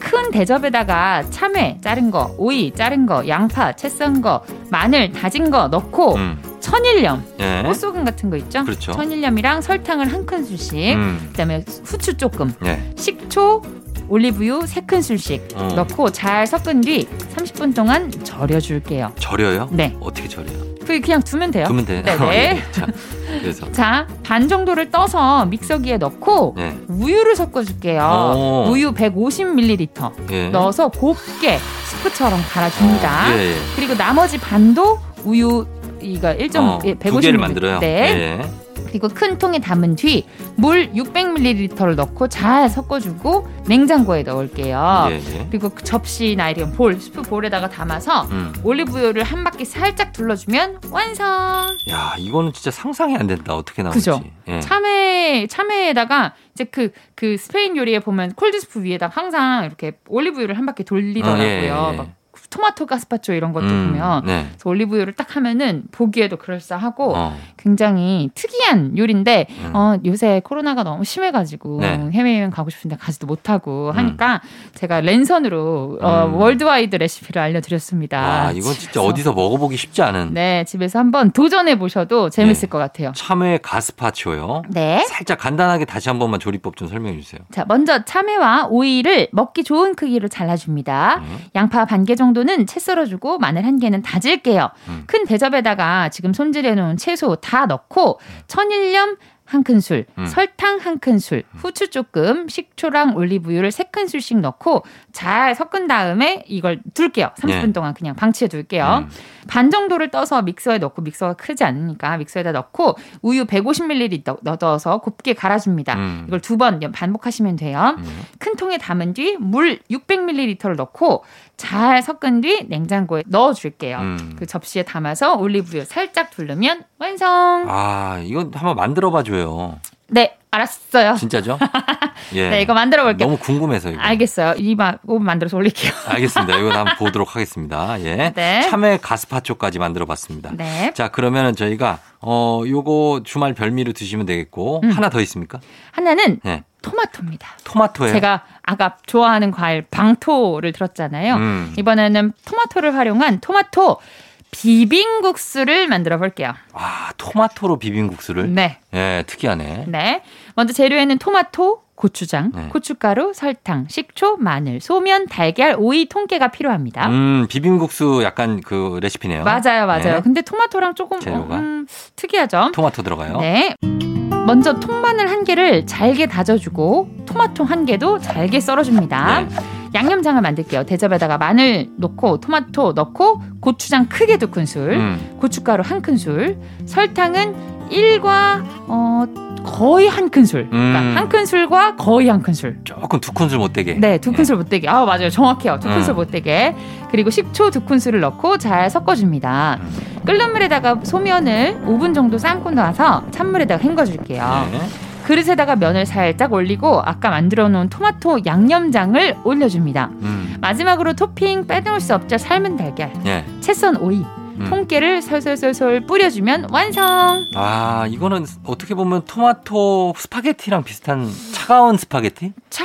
S4: 큰 대접에다가 참외 자른 거, 오이 자른 거, 양파 채 썬 거, 마늘 다진 거 넣고
S1: 음,
S4: 천일염,
S1: 예.
S4: 꽃소금 같은 거 있죠?
S1: 그렇죠.
S4: 천일염이랑 설탕을 한 큰술씩,
S1: 음,
S4: 그다음에 후추 조금,
S1: 예.
S4: 식초, 올리브유 세 큰술씩
S1: 어.
S4: 넣고 잘 섞은 뒤 30분 동안 절여줄게요.
S1: 절여요?
S4: 네.
S1: 어떻게 절여요?
S4: 그 그냥 두면 돼요.
S1: 두면 돼. 어, 예,
S4: 네네.
S1: 자, 그래서.
S4: 자, 반 정도를 떠서 믹서기에 넣고
S1: 예.
S4: 우유를 섞어줄게요.
S1: 오.
S4: 우유 150ml
S1: 예.
S4: 넣어서 곱게 스프처럼 갈아줍니다.
S1: 예, 예.
S4: 그리고 나머지 반도 우유 이거 1
S1: 어,
S4: 150ml.
S1: 두 개를 만들어요.
S4: 예, 네.
S1: 예.
S4: 그리고 큰 통에 담은 뒤 물 600ml를 넣고 잘 섞어주고 냉장고에 넣을게요.
S1: 예, 예.
S4: 그리고 그 접시나 이런 볼, 스프 볼에다가 담아서
S1: 음.
S4: 올리브유를 한 바퀴 살짝 둘러주면 완성.
S1: 야, 이거는 진짜 상상이 안 된다. 어떻게 나올지.
S4: 그죠?
S1: 예.
S4: 참외 참외에다가 이제 그 그 스페인 요리에 보면 콜드스프 위에다 항상 이렇게 올리브유를 한 바퀴 돌리더라고요.
S1: 어, 예, 예.
S4: 막 토마토 가스파초 이런 것도
S1: 음,
S4: 보면
S1: 네.
S4: 그래서 올리브유를 딱 하면은 보기에도 그럴싸하고
S1: 어.
S4: 굉장히 특이한 요리인데
S1: 음.
S4: 어, 요새 코로나가 너무 심해가지고
S1: 네.
S4: 해외여행 가고 싶은데 가지도 못하고 하니까 제가 랜선으로 어,
S1: 음.
S4: 월드와이드 레시피를 알려드렸습니다.
S1: 아, 이건 진짜
S4: 집에서.
S1: 어디서 먹어보기 쉽지 않은
S4: 네 집에서 한번 도전해 보셔도 재밌을
S1: 네.
S4: 것 같아요.
S1: 참외 가스파초요.
S4: 네.
S1: 살짝 간단하게 다시 한 번만 조리법 좀 설명해 주세요.
S4: 자, 먼저 참외와 오이를 먹기 좋은 크기로 잘라줍니다.
S1: 음.
S4: 양파 반 개 정도는 채 썰어주고 마늘 한 개는 다질게요.
S1: 음.
S4: 큰 대접에다가 지금 손질해놓은 채소 다 넣고 천일염 한 큰술,
S1: 음.
S4: 설탕 한 큰술, 후추 조금, 식초랑 올리브유를 세 큰술씩 넣고 잘 섞은 다음에 이걸 둘게요. 30분
S1: 예.
S4: 동안 그냥 방치해 둘게요.
S1: 음.
S4: 반 정도를 떠서 믹서에 넣고 믹서가 크지 않으니까 믹서에다 넣고 우유 150ml 넣어서 곱게 갈아줍니다.
S1: 음.
S4: 이걸 두 번 반복하시면 돼요.
S1: 음.
S4: 큰 통에 담은 뒤 물 600ml를 넣고 잘 섞은 뒤 냉장고에 넣어줄게요.
S1: 음.
S4: 그 접시에 담아서 올리브유 살짝 두르면 완성.
S1: 아, 이건 한번 만들어 봐줘요.
S4: 네, 알았어요.
S1: 진짜죠? 예.
S4: 네, 이거 만들어 볼게요.
S1: 너무 궁금해서 이거.
S4: 알겠어요. 이만 만들어서 올릴게요.
S1: 알겠습니다. 이건 한번 보도록 하겠습니다. 예.
S4: 네.
S1: 참외 가스파초까지 만들어 봤습니다.
S4: 네,
S1: 자, 그러면은 저희가 어 요거 주말 별미로 드시면 되겠고
S4: 음.
S1: 하나 더 있습니까?
S4: 하나는
S1: 예.
S4: 토마토입니다.
S1: 토마토예요.
S4: 제가 아까 좋아하는 과일 방토를 들었잖아요.
S1: 음.
S4: 이번에는 토마토를 활용한 토마토 비빔국수를 만들어 볼게요.
S1: 아, 토마토로 비빔국수를
S4: 네.
S1: 예, 특이하네.
S4: 네. 먼저 재료에는 토마토, 고추장,
S1: 네.
S4: 고춧가루, 설탕, 식초, 마늘, 소면, 달걀, 오이, 통깨가 필요합니다.
S1: 음, 비빔국수 약간 그 레시피네요.
S4: 맞아요, 맞아요.
S1: 네.
S4: 근데 토마토랑 조금 어,
S1: 재료가?
S4: 음, 특이하죠?
S1: 토마토 들어가요.
S4: 네. 먼저 통마늘 한 개를 잘게 다져주고 토마토 한 개도 잘게 썰어줍니다.
S1: 네.
S4: 양념장을 만들게요. 대접에다가 마늘 넣고 토마토 넣고 고추장 크게 두 큰술,
S1: 음.
S4: 고춧가루 한 큰술, 설탕은 1과 어, 거의 한 큰술.
S1: 음.
S4: 그러니까 한 큰술과 거의 한 큰술.
S1: 조금 두 큰술 못 되게.
S4: 네, 두 큰술 못 되게. 아, 맞아요. 정확해요. 두 큰술
S1: 음.
S4: 못 되게. 그리고 식초 두 큰술을 넣고 잘 섞어줍니다.
S1: 음.
S4: 끓는 물에다가 소면을 5분 정도 삶고 나서 찬물에다가 헹궈줄게요.
S1: 네.
S4: 그릇에다가 면을 살짝 올리고 아까 만들어 놓은 토마토 양념장을 올려줍니다.
S1: 음.
S4: 마지막으로 토핑 빼놓을 수 없죠. 삶은 달걀,
S1: 예.
S4: 채썬 오이,
S1: 음.
S4: 통깨를 솔솔솔솔 뿌려주면 완성.
S1: 아, 이거는 어떻게 보면 토마토 스파게티랑 비슷한 차가운 스파게티?
S4: 자,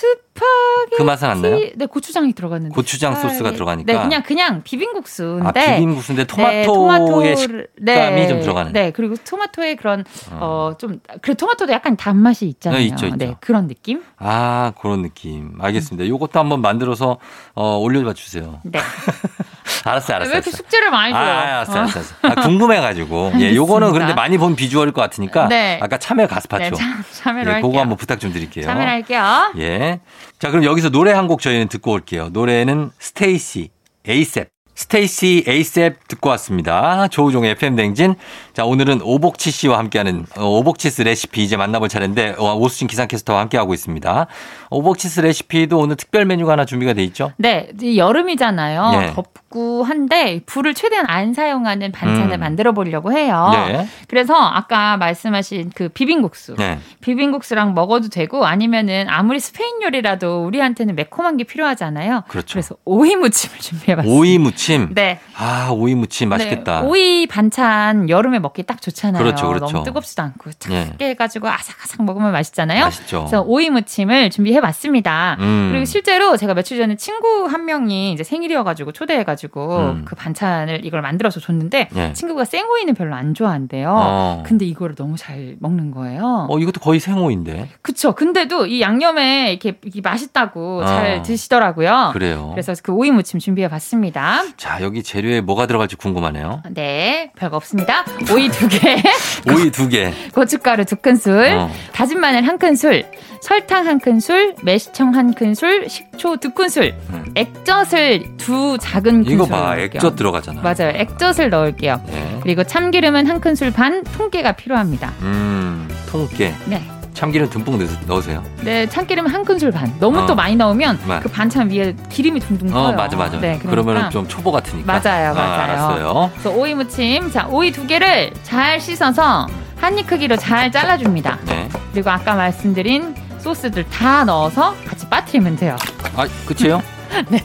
S4: 스파게티.
S1: 그 맛은 안 나요?
S4: 네, 고추장이 들어갔는데.
S1: 고추장 소스가 들어가니까.
S4: 네, 그냥 그냥 비빔국수인데.
S1: 아, 비빔국수인데
S4: 네,
S1: 토마토의
S4: 토마토를-
S1: 식
S4: 네,
S1: 식감이 좀 들어가는.
S4: 네, 그리고 토마토의 그런
S1: 어.
S4: 어 좀 그 토마토도 약간 단맛이 있잖아요.
S1: 네, 있죠, 있죠.
S4: 네, 그런 느낌.
S1: 아, 그런 느낌. 알겠습니다. 요것도 한번 만들어서 어, 올려봐 주세요.
S4: 네.
S1: 알았어요,
S4: 왜
S1: 알았어요.
S4: 이렇게
S1: 알았어요.
S4: 숙제를 많이
S1: 아,
S4: 줘요?
S1: 아, 알았어요, 알았어요. 알았어요. 아, 궁금해가지고. 예, 요거는
S4: 알겠습니다.
S1: 그런데 많이 본 비주얼일 것 같으니까.
S4: 네.
S1: 아까 참외
S4: 어, 네,
S1: 가스파초.
S4: 참, 참여를
S1: 예,
S4: 할게요.
S1: 그거 한번 부탁 좀 드릴게요.
S4: 참여를 할게요.
S1: 예. 자, 그럼 여기서 노래 한 곡 저희는 듣고 올게요. 노래는 스테이시 에이셉. 스테이시 에이셉 듣고 왔습니다. 조우종의 FM 댕진. 자, 오늘은 오복치 씨와 함께하는 어, 오복치스 레시피 이제 만나볼 차례인데 어, 오수진 기상캐스터와 함께하고 있습니다. 오복치스 레시피도 오늘 특별 메뉴가 하나 준비가 돼 있죠?
S4: 네, 이제 여름이잖아요.
S1: 예.
S4: 덥고 한데 불을 최대한 안 사용하는 반찬을
S1: 음.
S4: 만들어 보려고 해요.
S1: 예.
S4: 그래서 아까 말씀하신 그 비빔국수,
S1: 네.
S4: 비빔국수랑 먹어도 되고 아니면은 아무리 스페인 요리라도 우리한테는 매콤한 게 필요하잖아요.
S1: 그렇죠.
S4: 그래서 오이 무침을 준비해봤어요.
S1: 오이 무침.
S4: 네.
S1: 아, 오이 무침 맛있겠다.
S4: 네, 오이 반찬 여름에 먹기 딱 좋잖아요.
S1: 그렇죠, 그렇죠.
S4: 너무 뜨겁지도 않고
S1: 예.
S4: 차갑게 해가지고 아삭아삭 먹으면 맛있잖아요.
S1: 맛있죠.
S4: 그래서 오이 무침을 준비해봤습니다.
S1: 음.
S4: 그리고 실제로 제가 며칠 전에 친구 한 명이 이제 생일이어가지고 초대해가지고
S1: 음.
S4: 그 반찬을 이걸 만들어서 줬는데
S1: 예.
S4: 친구가 생오이는 별로 안 좋아한대요.
S1: 어.
S4: 근데 이거를 너무 잘 먹는 거예요.
S1: 어, 이것도 거의 생오인데.
S4: 그쵸. 근데도 이 양념에 이렇게, 이게 맛있다고
S1: 어.
S4: 잘 드시더라고요.
S1: 그래요.
S4: 그래서 그 오이 무침 준비해봤습니다.
S1: 자, 여기 재료에 뭐가 들어갈지 궁금하네요.
S4: 네, 별거 없습니다. 오이 두 개,
S1: 오이 두 개.
S4: 고춧가루 두 큰술,
S1: 어.
S4: 다진 마늘 한 큰술, 설탕 한 큰술, 매실청 한 큰술, 식초 두 큰술,
S1: 음.
S4: 액젓을 두 작은 큰술.
S1: 이거 봐
S4: 넣을게요.
S1: 액젓 들어가잖아.
S4: 맞아요. 액젓을 넣을게요.
S1: 네.
S4: 그리고 참기름은 한 큰술 반, 통깨가 필요합니다.
S1: 음 통깨
S4: 네,
S1: 참기름 듬뿍 넣- 넣으세요.
S4: 네 참기름 한 큰술 반. 너무
S1: 어.
S4: 또 많이 넣으면
S1: 네.
S4: 그 반찬 위에 기름이 둥둥
S1: 어
S4: 떠요.
S1: 맞아 맞아.
S4: 네, 그러니까.
S1: 그러면은 좀 초보 같으니까.
S4: 맞아요,
S1: 아,
S4: 맞아요.
S1: 알았어요.
S4: 그래서 오이 무침, 자 오이 두 개를 잘 씻어서 한 입 크기로 잘 잘라줍니다.
S1: 네.
S4: 그리고 아까 말씀드린 소스들 다 넣어서 같이 빠뜨리면 돼요.
S1: 아 끝이에요? 네.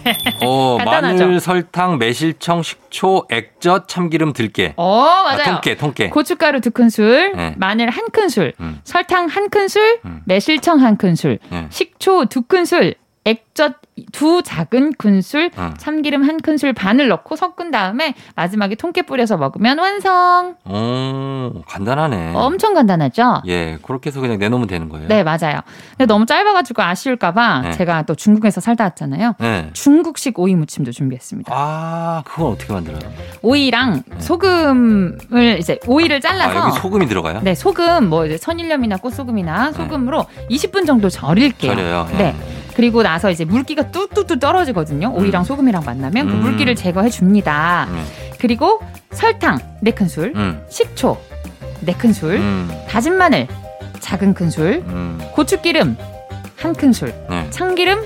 S1: 어
S4: 간단하죠?
S1: 마늘, 설탕, 매실청, 식초, 액젓, 참기름, 들깨.
S4: 어
S1: 아,
S4: 맞아요.
S1: 통깨 통깨.
S4: 고춧가루 두 큰술,
S1: 네.
S4: 마늘 한 큰술,
S1: 음.
S4: 설탕 한 큰술,
S1: 음.
S4: 매실청 한 큰술,
S1: 네.
S4: 식초 두 큰술, 액젓 두 작은 큰술,
S1: 음.
S4: 참기름 한 큰술 반을 넣고 섞은 다음에 마지막에 통깨 뿌려서 먹으면 완성.
S1: 오 어, 간단하네.
S4: 엄청 간단하죠?
S1: 예 그렇게 해서 그냥 내놓으면 되는 음. 거예요.
S4: 네, 맞아요. 근데 너무 짧아가지고 아쉬울까봐
S1: 네.
S4: 제가 또 중국에서 살다 왔잖아요.
S1: 네.
S4: 중국식 오이 무침도 준비했습니다.
S1: 아 그건 어떻게 만들어요?
S4: 오이랑 소금을 이제 오이를 잘라서
S1: 네. 아 여기 소금이 들어가요?
S4: 네 소금 뭐 이제 천일염이나 꽃소금이나 소금으로 20분 정도 절일게요.
S1: 절여요. 예.
S4: 네. 그리고 나서 이제 물기가 뚝뚝뚝 떨어지거든요. 오이랑
S1: 음.
S4: 소금이랑 만나면 그
S1: 음.
S4: 물기를 제거해 줍니다.
S1: 음.
S4: 그리고 설탕 네 큰술,
S1: 음.
S4: 식초 네 큰술,
S1: 음.
S4: 다진 마늘 작은 큰술,
S1: 음.
S4: 고추기름 한 큰술,
S1: 네.
S4: 참기름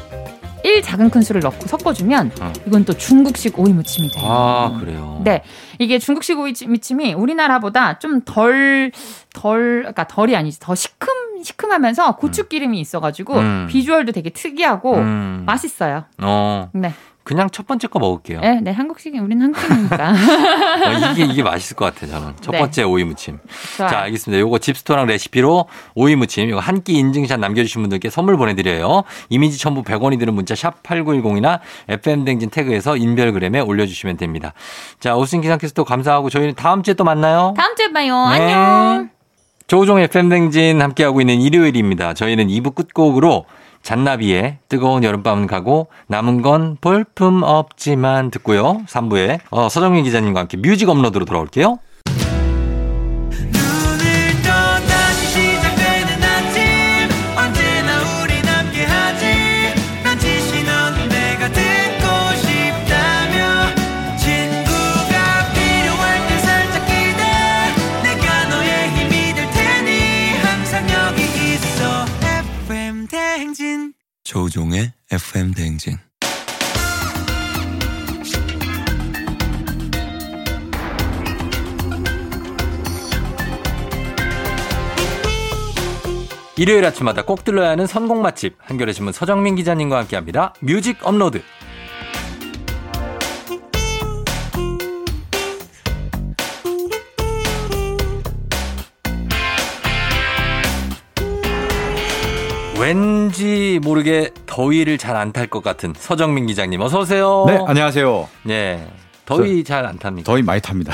S4: 1 작은 큰술을 넣고 섞어주면
S1: 음.
S4: 이건 또 중국식 오이 무침이 돼요.
S1: 아 그래요.
S4: 네. 이게 중국식 오이 무침이 우리나라보다 좀 덜, 덜, 그러니까 덜이 아니지. 더 시큼, 시큼하면서 고추기름이 있어가지고
S1: 음.
S4: 비주얼도 되게 특이하고
S1: 음.
S4: 맛있어요.
S1: 어.
S4: 네.
S1: 그냥 첫 번째 거 먹을게요.
S4: 네, 네, 한국식이, 우리는 한국식이니까.
S1: 어, 이게 이게 맛있을 것 같아 저는. 첫
S4: 네.
S1: 번째 오이 무침.
S4: 좋아요.
S1: 자, 알겠습니다. 요거 집스토랑 레시피로 오이 무침 이거 한 끼 인증샷 남겨주신 분들께 선물 보내드려요. 이미지 첨부 100원이 드는 문자 샵 #8910이나 FM 댕진 태그에서 인별그램에 올려주시면 됩니다. 자, 오승 기상캐스터 감사하고 저희는 다음 주에 또 만나요.
S4: 다음 주에 봐요.
S1: 네.
S4: 안녕.
S1: 조종 FM 댕진 함께하고 있는 일요일입니다. 저희는 2부 끝곡으로 잔나비의 뜨거운 여름밤은 가고 남은 건 볼품 없지만 듣고요. 3부에 어, 서정민 기자님과 함께 뮤직 업로드로 돌아올게요.
S5: 오늘 또 다시 시작되는 아침 언제나 우리 함께하지 난 지시 넌 내가 듣고 싶다며 친구가 필요할 때 살짝 기대 내가 너의 힘이 될 테니 항상 여기 있어 FM 대행진
S6: 조종의 FM 대행진.
S1: 일요일 아침마다 꼭 들러야 하는 선곡 맛집 한겨레신문 서정민 기자님과 함께합니다. 뮤직 업로드. 왠지 모르게 더위를 잘 안 탈 것 같은 서정민 기자님 어서 오세요.
S7: 네, 안녕하세요.
S1: 예. 더위 잘 안 탑니까?
S7: 더위 많이 탑니다.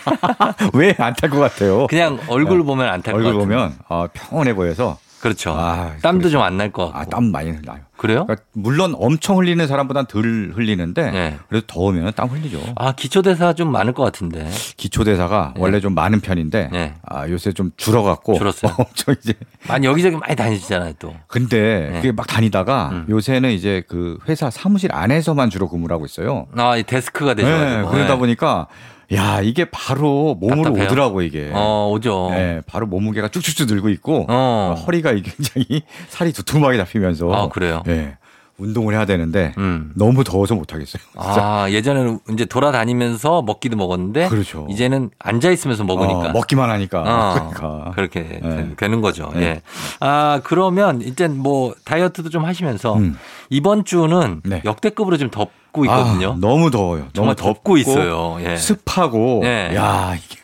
S7: 왜 안 탈 것 같아요?
S1: 그냥 얼굴 보면 안 탈 것
S7: 네. 얼굴
S1: 같아요.
S7: 보면 어, 평온해 보여서
S1: 그렇죠.
S7: 아,
S1: 땀도
S7: 그래서-
S1: 좀 안 날 것 같고.
S7: 아, 땀 많이 나요.
S1: 그래요?
S7: 그러니까 물론 엄청 흘리는 사람보단 덜 흘리는데
S1: 네.
S7: 그래도 더우면 땀 흘리죠.
S1: 아 기초대사 좀 많을 것 같은데.
S7: 기초대사가
S1: 네.
S7: 원래 좀 많은 편인데
S1: 네.
S7: 아, 요새 좀 줄어갖고
S1: 줄었어요?
S7: 엄청 이제
S1: 많이 여기저기 많이 다니시잖아요 또.
S7: 근데
S1: 네.
S7: 그게 막 다니다가
S1: 음.
S7: 요새는 이제 그 회사 사무실 안에서만 주로 근무를 하고 있어요.
S1: 아이 데스크가 되셔가지고.
S7: 네, 그러다
S1: 예.
S7: 보니까 야 이게 바로 몸으로
S1: 답답해요?
S7: 오더라고 이게.
S1: 어 오죠.
S7: 네, 바로 몸무게가 쭉쭉쭉 늘고 있고
S1: 어.
S7: 어, 허리가 이게 굉장히 살이 두툼하게 잡히면서
S1: 아 그래요.
S7: 네, 운동을 해야 되는데
S1: 음.
S7: 너무 더워서 못 하겠어요.
S1: 아 예전에는 이제 돌아다니면서 먹기도 먹었는데.
S7: 그렇죠.
S1: 이제는 앉아 있으면서 먹으니까.
S7: 어, 먹기만 하니까.
S1: 어,
S7: 그러니까.
S1: 그렇게
S7: 네.
S1: 되는 거죠.
S7: 네.
S1: 예. 아 그러면 이제 뭐 다이어트도 좀 하시면서
S7: 음.
S1: 이번 주는
S7: 네.
S1: 역대급으로 좀 덥고 있거든요.
S7: 아, 너무 더워요.
S1: 정말
S7: 너무
S1: 덥고 있어요. 예.
S7: 습하고
S1: 예.
S7: 야 이게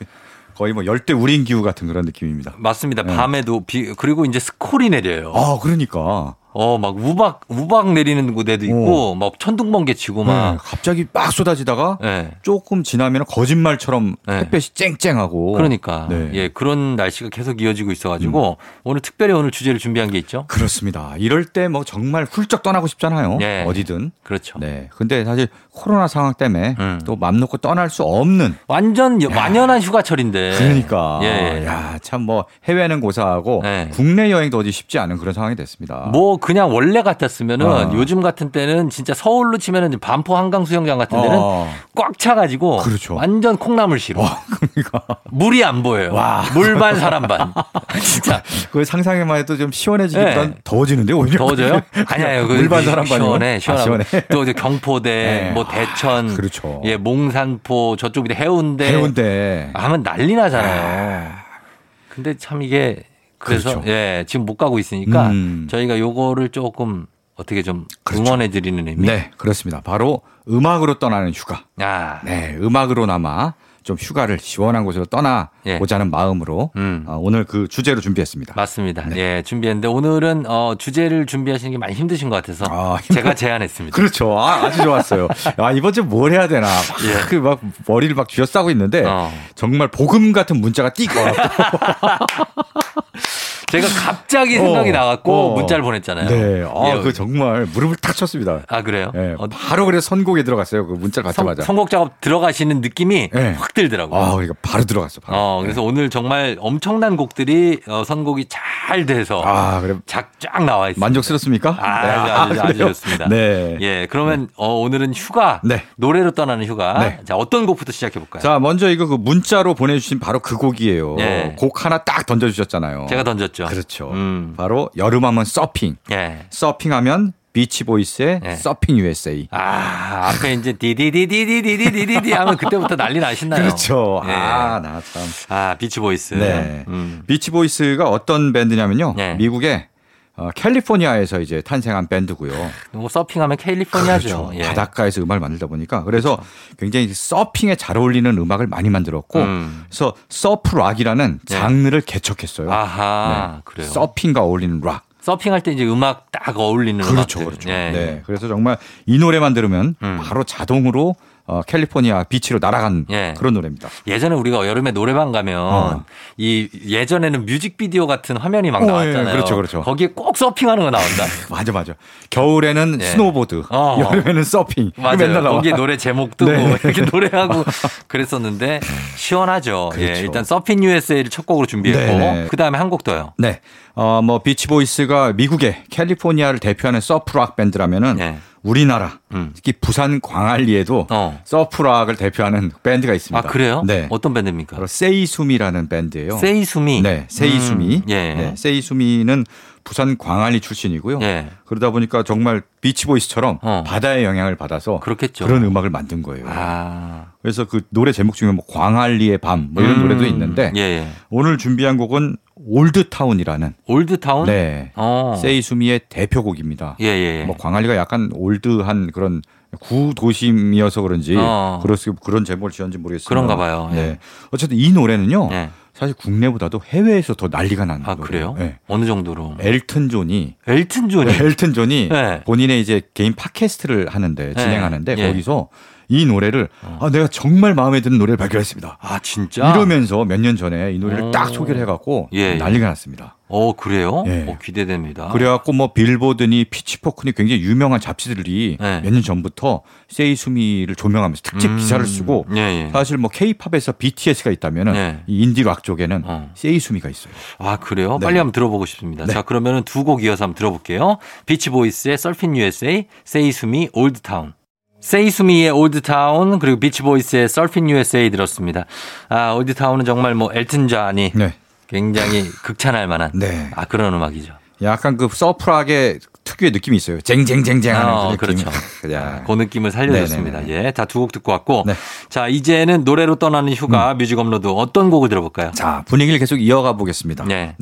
S7: 거의 뭐 열대 우린 기후 같은 그런 느낌입니다.
S1: 맞습니다.
S7: 네.
S1: 밤에도 비 그리고 이제 스콜이 내려요.
S7: 아 그러니까
S1: 어, 막 우박, 우박 내리는 곳에도 있고, 막 천둥번개 치고
S7: 네,
S1: 막.
S7: 갑자기 막 쏟아지다가
S1: 예.
S7: 조금 지나면 거짓말처럼
S1: 네.
S7: 햇볕이 쨍쨍하고
S1: 그러니까.
S7: 네. 음.
S1: 예, 그런 날씨가 계속 이어지고 있어가지고, 오늘 특별히 오늘 주제를 준비한 게 있죠?
S7: 그렇습니다. 이럴 때 뭐 정말 훌쩍 떠나고 싶잖아요.
S1: 예.
S7: 어디든.
S1: 그렇죠.
S7: 네. 근데 사실 코로나 상황 때문에
S1: 음.
S7: 또 맘 놓고 떠날 수 없는
S1: 완전 여- 만연한 휴가철인데.
S7: 그러니까
S1: 예.
S7: 야, 참 뭐 해외는 고사하고
S1: 네.
S7: 국내 여행도 어디 쉽지 않은 그런 상황이 됐습니다.
S1: 뭐 그냥 원래 같았으면은
S7: 아.
S1: 요즘 같은 때는 진짜 서울로 치면은 이제 반포 한강 수영장 같은 데는
S7: 어.
S1: 꽉 차가지고
S7: 그렇죠. 어, 그러니까.
S1: 완전 콩나물 시로 물이 안 보여요.
S7: 와.
S1: 물 반 사람 반. 진짜
S7: 그 상상에만 해도 좀 시원해지기보단
S1: 네.
S7: 더워지는데요, 오히려.
S1: 더워져요? 아니에요. 그
S7: 물반 사람 반이요?
S1: 시원해.
S7: 아,
S1: 시원하고.
S7: 시원해.
S1: 또 이제 경포대,
S7: 네.
S1: 뭐 대천,
S7: 아, 그렇죠.
S1: 예, 몽산포 저쪽이 해운대,
S7: 해운대.
S1: 하면 난리 나잖아요. 근데 참 이게 그래서
S7: 그렇죠.
S1: 예, 지금 못 가고 있으니까
S7: 음.
S1: 저희가 요거를 조금 어떻게 좀
S7: 그렇죠.
S1: 응원해 드리는 의미.
S7: 네, 그렇습니다. 바로 음악으로 떠나는 휴가.
S1: 아.
S7: 네, 음악으로나마 좀 휴가를 시원한 곳으로 떠나보자는 마음으로
S1: 예. 음.
S7: 어, 오늘 그 주제로 준비했습니다.
S1: 맞습니다.
S7: 네.
S1: 예, 준비했는데 오늘은 어, 주제를 준비하시는 게 많이 힘드신 것 같아서
S7: 아, 힘들-
S1: 제가 제안했습니다.
S7: 그렇죠. 아, 주 좋았어요. 아, 이번 주에 뭘 해야 되나. 막, 그 막 머리를 막 쥐어싸고 있는데
S1: 예. 어.
S7: 정말 복음 같은 문자가 띠고
S1: 제가 갑자기 생각이
S7: 어,
S1: 나갖고
S7: 어.
S1: 문자를 보냈잖아요.
S7: 네. 아,
S1: 예,
S7: 그 정말 무릎을 탁 쳤습니다.
S1: 아, 그래요?
S7: 예,
S1: 어,
S7: 바로 그래 서 선곡에 들어갔어요. 그 문자를
S1: 선,
S7: 받자마자.
S1: 선곡 작업 들어가시는 느낌이
S7: 네.
S1: 확 들더라고요.
S7: 아, 그러니까 바로 들어갔어. 바로.
S1: 어, 그래서 오늘 정말 엄청난 곡들이 어, 선곡이 잘 돼서
S7: 아, 그래
S1: 작쫙 나와 있습니다.
S7: 만족스럽습니까?
S1: 아,
S7: 네.
S1: 아주, 아주, 아주
S7: 그래요?
S1: 좋습니다.
S7: 네.
S1: 예, 그러면 어, 오늘은 휴가
S7: 네.
S1: 노래로 떠나는 휴가.
S7: 네.
S1: 자, 어떤 곡부터 시작해 볼까요?
S7: 자, 먼저 이거 그 문자로 보내주신 바로 그 곡이에요.
S1: 예.
S7: 곡 하나 딱 던져주셨잖아요.
S1: 제가 던졌죠.
S7: 그렇죠.
S1: 음.
S7: 바로 여름하면 서핑.
S1: 예.
S7: 서핑하면 비치보이스의
S1: 예.
S7: 서핑 USA.
S1: 아, 앞에 이제 디디디디디디디디디 하면 그때부터 난리 나신나요?
S7: 그렇죠.
S1: 예.
S7: 아, 나 참.
S1: 아, 비치보이스.
S7: 네.
S1: 음.
S7: 비치보이스가 어떤 밴드냐면요.
S1: 예.
S7: 미국의 어, 캘리포니아에서 이제 탄생한 밴드고요.
S1: 뭐 서핑하면 캘리포니아죠. 예.
S7: 그렇죠.
S1: 그렇죠.
S7: 바닷가에서 음악을 만들다 보니까 그래서 굉장히 서핑에 잘 어울리는 음악을 많이 만들었고
S1: 음.
S7: 그래서 서프락이라는
S1: 네.
S7: 장르를 개척했어요.
S1: 아하,
S7: 네.
S1: 그래요.
S7: 서핑과 어울리는 락.
S1: 서핑할 때 이제 음악 딱 어울리는
S7: 그렇죠,
S1: 음악들.
S7: 그렇죠.
S1: 예.
S7: 네, 그래서 정말 이 노래만 들으면
S1: 음.
S7: 바로 자동으로 어, 캘리포니아 비치로 날아간
S1: 예.
S7: 그런 노래입니다.
S1: 예전에 우리가 여름에 노래방 가면
S7: 어.
S1: 이 예전에는 뮤직비디오 같은 화면이 막
S7: 어,
S1: 나왔잖아요.
S7: 예, 그렇죠, 그렇죠.
S1: 거기에 꼭 서핑하는 거 나온다.
S7: 맞아, 맞아. 겨울에는
S1: 예.
S7: 스노보드,
S1: 어.
S7: 여름에는 서핑.
S1: 맞아요.
S7: 맨날 나와.
S1: 거기에 노래 제목 뜨고
S7: 네.
S1: 이렇게 노래하고 시원하죠. 시원하죠. 예,
S7: 그렇죠.
S1: 일단 서핑 USA를 첫 곡으로 준비했고
S7: 네, 네.
S1: 그 다음에 한 곡 더요.
S7: 네, 어, 뭐 비치보이스가 미국의 캘리포니아를 대표하는 서프락 밴드라면은
S1: 예.
S7: 우리나라
S1: 음.
S7: 특히 부산 광안리에도
S1: 어.
S7: 서프락을 대표하는 밴드가
S1: 아
S7: 있습니다.
S1: 그래요?
S7: 네,
S1: 어떤 밴드입니까?
S7: 바로 세이숨이라는 밴드예요.
S1: 세이수미.
S7: 네, 세이수미.
S1: 음, 예.
S7: 네, 세이수미는 부산 광안리 출신이고요.
S1: 예.
S7: 그러다 보니까 정말 비치보이스처럼
S1: 어.
S7: 바다의 영향을 받아서
S1: 그렇겠죠.
S7: 런 음악을 만든 거예요.
S1: 아.
S7: 그래서 그 노래 제목 중에 뭐 광안리의 밤뭐 이런
S1: 음,
S7: 노래도 있는데
S1: 예, 예.
S7: 오늘 준비한 곡은 올드타운이라는
S1: 올드타운?
S7: 네
S1: 어.
S7: 세이수미의 대표곡입니다.
S1: 예, 예, 예.
S7: 뭐 광안리가 약간 올드한 그런 구도심이어서 그런지
S1: 어.
S7: 그렇, 그런 제목을 지었는지 모르겠어요.
S1: 그런가 봐요. 예.
S7: 네. 어쨌든 이 노래는요.
S1: 예.
S7: 사실 국내보다도 해외에서 더 난리가 난
S1: 아,
S7: 노래예요. 예.
S1: 그래요?
S7: 네.
S1: 어느 정도로?
S7: 엘튼 존이
S1: 엘튼 존이.
S7: 엘튼 존이
S1: 네.
S7: 본인의 이제 개인 팟캐스트를 하는데 진행하는데
S1: 예.
S7: 거기서 이 노래를
S1: 어.
S7: 아 내가 정말 마음에 드는 노래를 발견했습니다.
S1: 아, 진짜?
S7: 이러면서 몇 년 전에 이 노래를
S1: 오.
S7: 딱 소개를 해갖고
S1: 예, 예.
S7: 난리가 났습니다.
S1: 어, 그래요?
S7: 예.
S1: 어, 기대됩니다.
S7: 그래갖고 뭐 빌보드니 피치포크니 굉장히 유명한 잡지들이
S1: 예.
S7: 몇 년 전부터 세이수미를 조명하면서 특집
S1: 음,
S7: 기사를 쓰고
S1: 예, 예.
S7: 사실 뭐 케이팝에서 BTS가 있다면은
S1: 예.
S7: 이 인디락 쪽에는
S1: 어.
S7: 세이수미가 있어요.
S1: 아, 그래요?
S7: 네.
S1: 빨리 한번 들어보고 싶습니다.
S7: 네.
S1: 자, 그러면은 두 곡 이어서 한번 들어볼게요. 비치보이스의 Surfing USA, 세이수미 올드타운. 세이수미의 올드타운 그리고 비치보이스의 Surfing USA 들었습니다. 아, 올드타운은 정말 뭐 엘튼 존이
S7: 네,
S1: 굉장히 극찬할 만한
S7: 네.
S1: 아, 그런 음악이죠.
S7: 약간 그 서프락의 특유의 느낌이 있어요. 쟁쟁쟁쟁하는
S1: 어,
S7: 그 느낌.
S1: 그렇죠.
S7: 그냥.
S1: 그 느낌을 살려줬습니다.
S7: 네네네.
S1: 예. 자, 두 곡 듣고 왔고.
S7: 네. 음.
S1: 자, 이제는 노래로 떠나는 휴가 뮤직 업로드 어떤 곡을 들어볼까요?
S7: 자 분위기를 계속 이어가 보겠습니다.
S1: 네.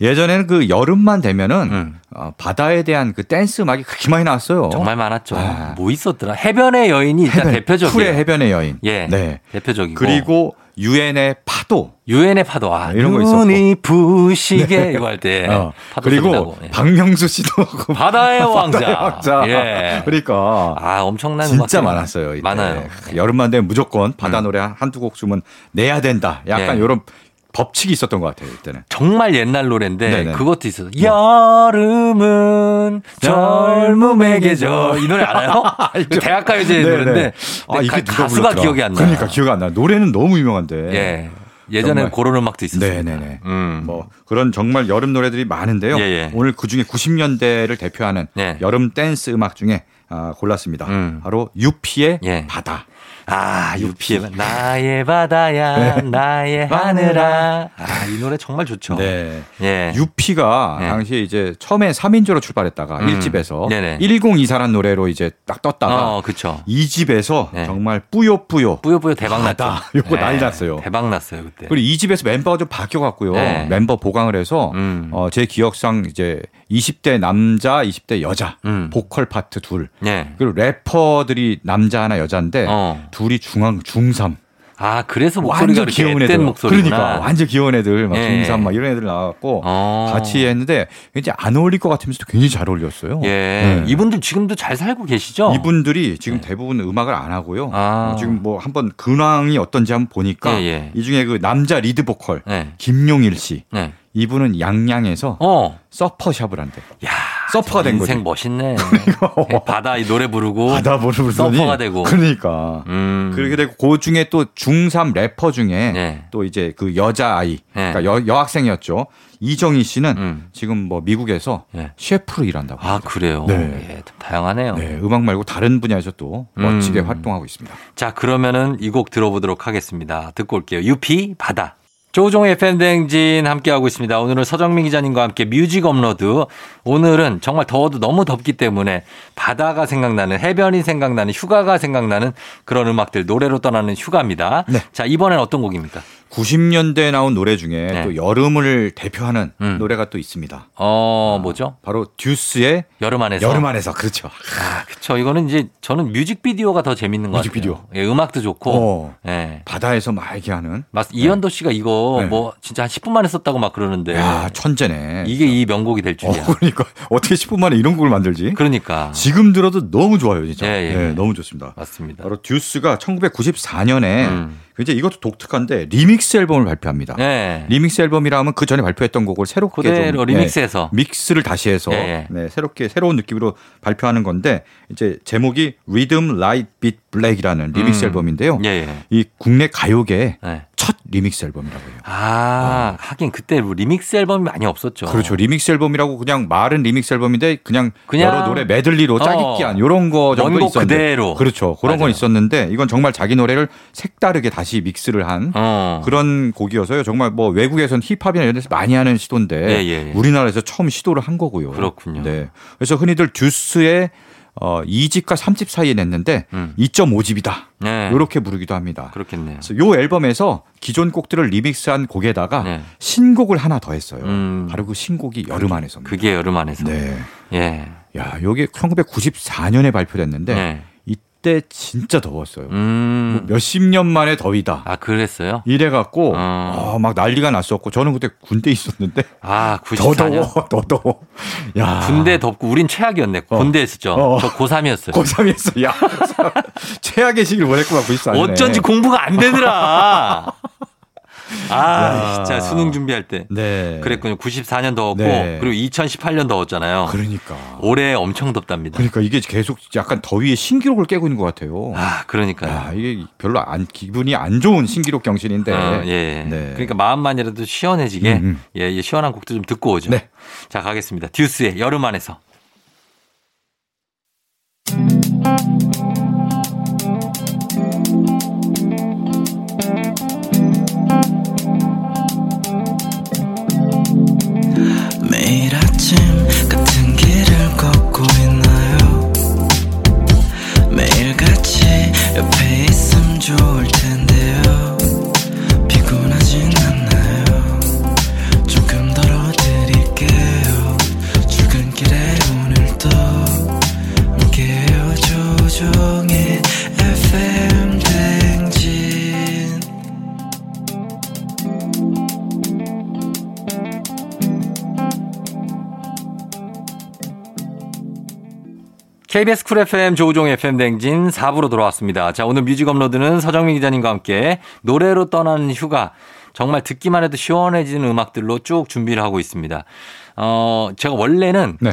S7: 예전에는 그 여름만 되면은
S1: 음.
S7: 어, 바다에 대한 그 댄스 음악이 그렇게 많이 나왔어요.
S1: 정말 많았죠.
S7: 아.
S1: 뭐 있었더라? 해변의 여인이 일단
S7: 해변,
S1: 대표적이에요.
S7: 쿨의 해변의 여인.
S1: 예. 뭐.
S7: 네.
S1: 대표적이고.
S7: 그리고 유엔의 파도.
S1: 유엔의 파도. 아,
S7: 네, 이런 거
S1: 눈이 부시게 이거 할 때.
S7: 어,
S1: 예. 파도
S7: 그리고
S1: 친다고. 예.
S7: 박명수 씨도 하고
S1: 바다의 왕자.
S7: 바다의 왕자.
S1: 예.
S7: 그러니까
S1: 아, 엄청난
S7: 진짜
S1: 음악들이
S7: 많았어요. 이때. 그
S1: 많아요. 음.
S7: 여름만 되면 무조건 바다 노래 한두 곡 주면 내야 된다. 약간
S1: 네.
S7: 이런 법칙이 있었던 것 같아요. 이때는.
S1: 정말 옛날 노래인데
S7: 네네. 뭐?
S1: 그것도 있어요. 여름은 젊음의 계절 이 노래 알아요?
S7: 알죠.
S1: 대학가요제
S7: 네네.
S1: 노래인데
S7: 아, 이게
S1: 가,
S7: 누가
S1: 수가
S7: 불렀더라.
S1: 기억이 안 나.
S7: 그러니까 기억이 안 나. 노래는 너무 유명한데.
S1: 예. 예전에
S7: 정말.
S1: 그런 음악도 있었어요.
S7: 네네네.
S1: 음.
S7: 뭐 그런 정말 여름 노래들이 많은데요.
S1: 예, 예.
S7: 오늘 그 중에 90년대를 대표하는
S1: 예.
S7: 여름 댄스 음악 중에 아, 골랐습니다.
S1: 음.
S7: 바로 유피의
S1: 예.
S7: 바다.
S1: 아, 유피의 나의 바다야, 나의 하늘아. 아, 이 노래 정말 좋죠.
S7: 네.
S1: 예.
S7: 유피가
S1: 예.
S7: 당시에 이제 처음에 3인조로 출발했다가
S1: 음.
S7: 일집에서
S1: 네네.
S7: 1024라는 노래로 이제 딱 떴다가
S1: 어, 그쵸.
S7: 이집에서
S1: 네.
S7: 정말 뿌요뿌요
S1: 뿌요뿌요 대박 났죠. 예.
S7: 바다. 요거 난리 났어요.
S1: 대박 났어요, 그때.
S7: 그리고 이집에서 멤버가 좀 바뀌어갖고요.
S1: 네.
S7: 멤버 보강을 해서
S1: 음.
S7: 어, 제 기억상 이제 20대 남자, 20대 여자,
S1: 음.
S7: 보컬 파트 둘.
S1: 예.
S7: 그리고 래퍼들이 남자 하나 여자인데
S1: 어.
S7: 둘이 중앙 중삼
S1: 아, 그래서 목소리가
S7: 완전
S1: 이렇게
S7: 귀여운
S1: 앳된
S7: 애들
S1: 목소리구나.
S7: 그러니까 완전 귀여운 애들 막
S1: 예,
S7: 중삼
S1: 예.
S7: 막 이런 애들 나왔고
S1: 어.
S7: 같이 했는데 굉장히 안 어울릴 것 같으면서도 굉장히 잘 어울렸어요.
S1: 예.
S7: 네.
S1: 이분들 지금도 잘 살고 계시죠?
S7: 이분들이 지금 대부분 음악을 안 하고요.
S1: 네. 아.
S7: 어, 지금 뭐 한번 근황이 어떤지 한번 보니까
S1: 예, 예.
S7: 이 중에 그 남자 리드 보컬
S1: 네.
S7: 김용일 씨
S1: 네.
S7: 이분은 양양에서
S1: 어.
S7: 서퍼샵을 한대.
S1: 야.
S7: 서퍼가 된 거지.
S1: 인생 멋있네. 그러니까. 바다 이 노래 부르고.
S7: 바다 보는
S1: 서퍼가 되고.
S7: 그러니까.
S1: 음.
S7: 그렇게 되고 그 중에 또 중3 래퍼 중에
S1: 네.
S7: 또 이제 그 여자아이
S1: 네.
S7: 그러니까 여, 여학생이었죠. 이정희 씨는
S1: 음.
S7: 지금 뭐 미국에서
S1: 네.
S7: 셰프로 일한다고.
S1: 아, 그래요?
S7: 네.
S1: 예, 다양하네요.
S7: 네, 음악 말고 다른 분야에서 또 멋지게
S1: 음.
S7: 활동하고 있습니다.
S1: 자, 그러면은 이 곡 들어보도록 하겠습니다. 듣고 올게요. 유피 바다. 조종의 팬댕진 함께하고 있습니다. 오늘은 서정민 기자님과 함께 뮤직 업로드. 오늘은 정말 더워도 너무 덥기 때문에 바다가 생각나는 해변이 생각나는 휴가가 생각나는 그런 음악들 노래로 떠나는 휴가입니다.
S7: 네.
S1: 자, 이번엔 어떤 곡입니까?
S7: 90년대에 나온 노래 중에
S1: 네.
S7: 또 여름을 대표하는
S1: 음.
S7: 노래가 또 있습니다.
S1: 어, 뭐죠?
S7: 바로 듀스의
S1: 여름 안에서.
S7: 아. 여름 안에서 그렇죠.
S1: 아, 그쵸. 이거는 이제 저는 뮤직비디오가 더 재밌는 것
S7: 뮤직비디오.
S1: 같아요. 예, 음악도 좋고.
S7: 어.
S1: 예.
S7: 바다에서 막 이렇게 하는
S1: 맞, 이현도 씨가 이거
S7: 네.
S1: 뭐 진짜 한 10분 만에 썼다고 막 그러는데.
S7: 야 천재네. 그렇죠.
S1: 이게 이 명곡이 될 줄이야.
S7: 어, 그러니까 어떻게 10분 만에 이런 곡을 만들지?
S1: 그러니까
S7: 지금 들어도 너무 좋아요, 진짜.
S1: 예, 예.
S7: 네, 너무 좋습니다.
S1: 맞습니다.
S7: 바로 듀스가 1994년에
S1: 음.
S7: 굉장히 이것도 독특한데 리믹스 앨범을 발표합니다.
S1: 네.
S7: 리믹스 앨범이라면 그 전에 발표했던 곡을 새롭게
S1: 그대로
S7: 좀, 네,
S1: 리믹스해서
S7: 믹스를 다시 해서
S1: 예, 예.
S7: 네, 새롭게 새로운 느낌으로 발표하는 건데 이제 제목이 리듬 라이트 빛 블랙이라는 리믹스
S1: 음.
S7: 앨범인데요.
S1: 예. 예.
S7: 이 국내 가요계
S1: 네.
S7: 첫 리믹스 앨범이라고 해요.
S1: 아, 하긴 그때 리믹스 앨범이 많이 없었죠.
S7: 어. 그렇죠. 리믹스 앨범이라고 그냥 말은 리믹스 앨범인데 그냥,
S1: 그냥
S7: 여러 노래 메들리로
S1: 어.
S7: 짜깁기한 이런 거 정도
S1: 원곡
S7: 있었는데
S1: 그대로.
S7: 그렇죠. 그런
S1: 맞아요.
S7: 건 있었는데 이건 정말 자기 노래를 색다르게 다시 믹스를 한
S1: 어.
S7: 그런 곡이어서요. 정말 뭐 외국에선 힙합이나 이런 데서 많이 하는 시도인데
S1: 예, 예, 예.
S7: 우리나라에서 처음 시도를 한 거고요.
S1: 그렇군요.
S7: 네. 그래서 흔히들 듀스의 어, 2집과 3집 사이에 냈는데
S1: 음.
S7: 2.5집이다.
S1: 네.
S7: 이렇게 부르기도 합니다.
S1: 그렇겠네요.
S7: 그래서 요 앨범에서 기존 곡들을 리믹스한 곡에다가
S1: 네.
S7: 신곡을 하나 더했어요.
S1: 음.
S7: 바로 그 신곡이 여름 안에서입니다.
S1: 그게 여름 안에서.
S7: 네.
S1: 예.
S7: 야, 요게 1994년에 발표됐는데
S1: 네.
S7: 이때 진짜 더웠어요. 뭐
S1: 음.
S7: 몇십 년 만에 더위다.
S1: 아 그랬어요?
S7: 이래 갖고
S1: 어.
S7: 아, 막 난리가 났었고 저는 그때 군대 있었는데
S1: 아
S7: 더
S1: 94년. 아.
S7: 더워, 더 더워. 야,
S1: 군대 덥고 우린 최악이었네.
S7: 어.
S1: 군대에 있었죠.
S7: 어.
S1: 저 고3이었어요.
S7: 고3이었어. 야, 최악의 시기를 보냈구만 94년에.
S1: 어쩐지 공부가 안 되더라. 아,
S7: 야.
S1: 진짜 수능 준비할 때.
S7: 네.
S1: 그랬군요. 94년 더웠고,
S7: 네.
S1: 그리고 2018년 더웠잖아요.
S7: 그러니까.
S1: 올해 엄청 덥답니다.
S7: 그러니까 이게 계속 약간 더위의 신기록을 깨고 있는 것 같아요.
S1: 아, 그러니까요.
S7: 야, 이게 별로 안 기분이 안 좋은 신기록 경신인데.
S1: 어, 예.
S7: 네.
S1: 그러니까 마음만이라도 시원해지게,
S7: 음, 음.
S1: 예, 예, 시원한 곡도 좀 듣고 오죠.
S7: 네.
S1: 자, 가겠습니다. 듀스의 여름 안에서.
S5: 매일 아침 같은 길을 걷고 있나요 매일 같이 옆에 있음 좋을 텐데요 피곤하진 않나요 조금 덜어드릴게요 출근길에 오늘도 함께해요 조종의 FM 댕진
S1: KBS 쿨 FM 조우종 FM 댕진 4부로 돌아왔습니다. 자, 오늘 뮤직 업로드는 서정민 기자님과 함께 노래로 떠나는 휴가. 정말 듣기만 해도 시원해지는 음악들로 쭉 준비를 하고 있습니다. 어, 제가 원래는
S7: 네.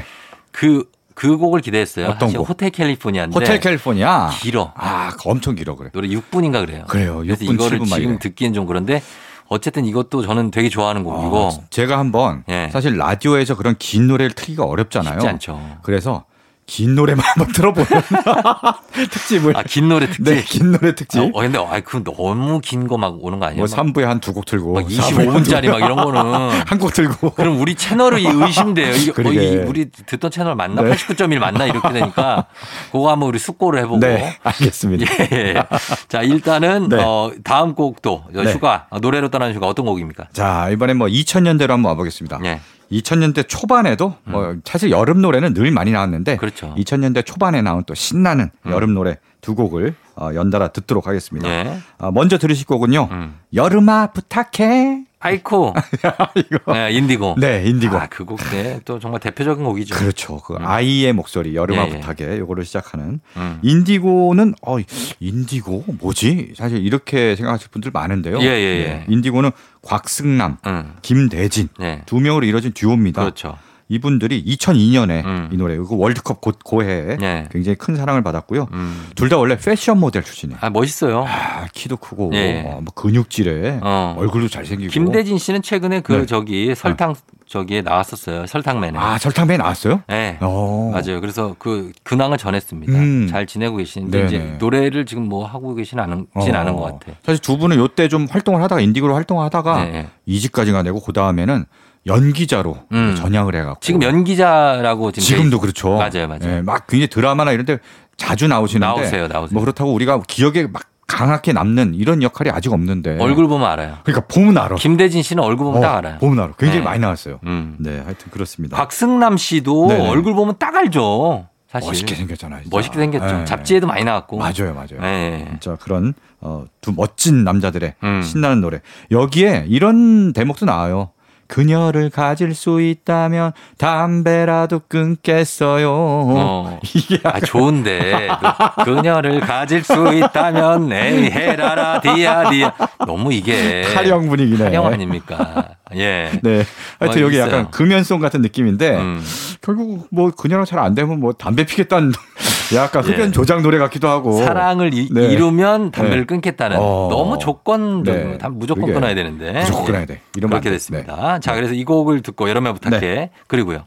S1: 그, 그 곡을 기대했어요.
S7: 어떤
S1: 사실
S7: 곡?
S1: 호텔 캘리포니아인데.
S7: 호텔 캘리포니아.
S1: 길어.
S7: 아, 그거 엄청 길어 그래.
S1: 노래 6분인가 그래요.
S7: 그래요.
S1: 그래서
S7: 6분
S1: 이거를
S7: 7분 막
S1: 지금
S7: 이래.
S1: 듣기엔 좀 그런데 어쨌든 이것도 저는 되게 좋아하는 어, 곡이고
S7: 아, 제가 한번
S1: 예.
S7: 사실 라디오에서 그런 긴 노래를 틀기가 어렵잖아요.
S1: 쉽지 않죠.
S7: 그래서 긴 노래만 한번 들어보는 특집을.
S1: 아, 긴 노래 특집.
S7: 네, 긴 노래 특집.
S1: 아, 어, 근데 아, 그 너무 긴 거 막 오는 거 아니에요?
S7: 뭐
S1: 막
S7: 3부에 한 두 곡 틀고.
S1: 막
S7: 4부에 한
S1: 25분짜리 막 이런 거는
S7: 한 곡 들고.
S1: 그럼 우리 채널이 의심돼요. 이게 어,
S7: 그러게.
S1: 이 우리 듣던 채널 맞나?
S7: 네.
S1: 89.1 맞나? 이렇게 되니까 그거 한번 우리 숙고를 해보고.
S7: 네, 알겠습니다.
S1: 예. 자, 일단은
S7: 네.
S1: 어, 다음 곡도 저
S7: 네.
S1: 휴가 어, 노래로 떠나는 휴가 어떤 곡입니까?
S7: 자, 이번엔 뭐 2000년대로 한번 와보겠습니다.
S1: 예.
S7: 2000년대 초반에도 뭐 사실 여름 노래는 늘 많이 나왔는데
S1: 음. 그렇죠. 음.
S7: 2000년대 초반에 나온 또 신나는 여름 노래 두 곡을 어, 연달아 듣도록 하겠습니다.
S1: 예.
S7: 아, 먼저 들으실 거군요.
S1: 음.
S7: 여름아 부탁해.
S1: 아이코.
S7: 이거.
S1: 네, 인디고.
S7: 네, 인디고.
S1: 아, 그 곡, 네. 또 정말 대표적인 곡이죠. 음.
S7: 그렇죠. 그 아이의 목소리 여름아
S1: 예, 예.
S7: 부탁해 요거를 시작하는
S1: 음.
S7: 인디고는 어 인디고 뭐지? 사실 이렇게 생각하실 분들 많은데요.
S1: 예, 예, 예.
S7: 인디고는 곽승남,
S1: 음.
S7: 김대진
S1: 네.
S7: 두 명으로 이루어진 듀오입니다.
S1: 그렇죠.
S7: 이분들이 2002년에
S1: 음.
S7: 이 노래 그 월드컵 곧 고해에
S1: 예.
S7: 굉장히 큰 사랑을 받았고요.
S1: 음.
S7: 둘 다 원래 패션 모델 출신이에요.
S1: 아, 멋있어요.
S7: 아, 키도 크고
S1: 예.
S7: 어, 뭐 근육질에
S1: 어.
S7: 얼굴도 잘생기고.
S1: 김대진 씨는 최근에 그
S7: 네.
S1: 저기 설탕 저기에 나왔었어요. 설탕맨에.
S7: 아 설탕맨 나왔어요?
S1: 네.
S7: 어.
S1: 맞아요. 그래서 그 근황을 전했습니다.
S7: 음.
S1: 잘 지내고 계시는데
S7: 네네.
S1: 이제 노래를 지금 뭐 하고 계신 않은 진
S7: 어.
S1: 않은 것 같아.
S7: 사실 두 분은 요때 좀 활동을 하다가 인디고로 활동하다가
S1: 네.
S7: 이직까지가 되고 그 다음에는 연기자로
S1: 음.
S7: 전향을 해갖고
S1: 지금 연기자라고 지금
S7: 지금도 그렇죠.
S1: 맞아요, 맞아요.
S7: 예, 막 굉장히 드라마나 이런데 자주 나오시는데
S1: 나오세요, 나오세요.
S7: 뭐 그렇다고 우리가 기억에 막 강하게 남는 이런 역할이 아직 없는데
S1: 얼굴 보면 알아요.
S7: 그러니까 보면 알아.
S1: 김대진 씨는 얼굴 보면
S7: 네. 어,
S1: 딱 알아요.
S7: 보면 알아. 굉장히
S1: 네.
S7: 많이 나왔어요.
S1: 음.
S7: 네, 하여튼 그렇습니다.
S1: 박승남 씨도
S7: 네네.
S1: 얼굴 보면 딱 알죠. 사실
S7: 멋있게 생겼잖아요. 진짜.
S1: 멋있게 생겼죠.
S7: 네.
S1: 잡지에도 많이 나왔고.
S7: 맞아요, 맞아요.
S1: 네.
S7: 진짜 그런 어, 두 멋진 남자들의
S1: 음.
S7: 신나는 노래. 여기에 이런 대목도 나와요. 그녀를 가질 수 있다면 담배라도 끊겠어요.
S1: 어. 아 좋은데 너 그녀를 가질 수 있다면 에이 헤라라 디야 디야 너무 이게
S7: 타령 분위기네.
S1: 타령 아닙니까? 예.
S7: 네. 하여튼
S1: 어,
S7: 여기
S1: 있어요.
S7: 약간 금연송 같은 느낌인데
S1: 음.
S7: 결국 뭐 그녀랑 잘 안 되면 뭐 담배 피겠다는 약간
S1: 예.
S7: 흡연 조작 노래 같기도 하고
S1: 사랑을 이,
S7: 네.
S1: 루면 담배를
S7: 네.
S1: 끊겠다는
S7: 어.
S1: 너무 조건적
S7: 네.
S1: 담- 무조건
S7: 그게
S1: 끊어야 되는데
S7: 무조건
S1: 예.
S7: 끊어야 돼. 네. 이러면
S1: 그렇게
S7: 안 돼.
S1: 됐습니다. 자 그래서 이 곡을 듣고 여름에 부탁해
S7: 네.
S1: 그리고요.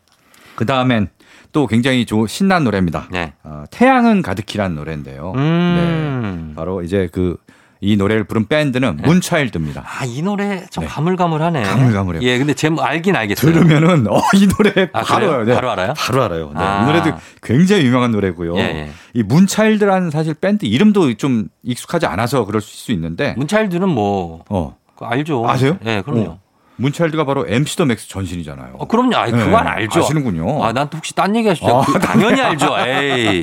S7: 그 다음엔 또 굉장히 조, 신난 노래입니다.
S1: 네.
S7: 어, 태양은 가득히라는 노래인데요.
S1: 음.
S7: 바로 이제 그 이 노래를 부른 밴드는 문차일드입니다.
S1: 네. 아, 이 노래 좀
S7: 네.
S1: 가물가물하네.
S7: 가물가물해요.
S1: 예, 근데 제목 알긴 알겠어요.
S7: 들으면은 어 이 노래
S1: 아,
S7: 바로
S1: 그래요?
S7: 요 네.
S1: 바로 알아요?
S7: 바로 알아요. 네.
S1: 아.
S7: 이 노래도 굉장히 유명한 노래고요.
S1: 예, 예.
S7: 이 문차일드라는 사실 밴드 이름도 좀 익숙하지 않아서 그럴 수 있는데
S1: 문차일드는 뭐
S7: 어
S1: 그거 알죠.
S7: 아세요?
S1: 예, 그럼요.
S7: 어. 문차일드가 바로 MC 더 맥스 전신이잖아요.
S1: 어, 그럼요. 아,
S7: 네.
S1: 그건 알죠.
S7: 아시는군요.
S1: 아, 난 또 혹시 딴 얘기 하시죠.
S7: 아,
S1: 그, 당연히 알죠. 에이.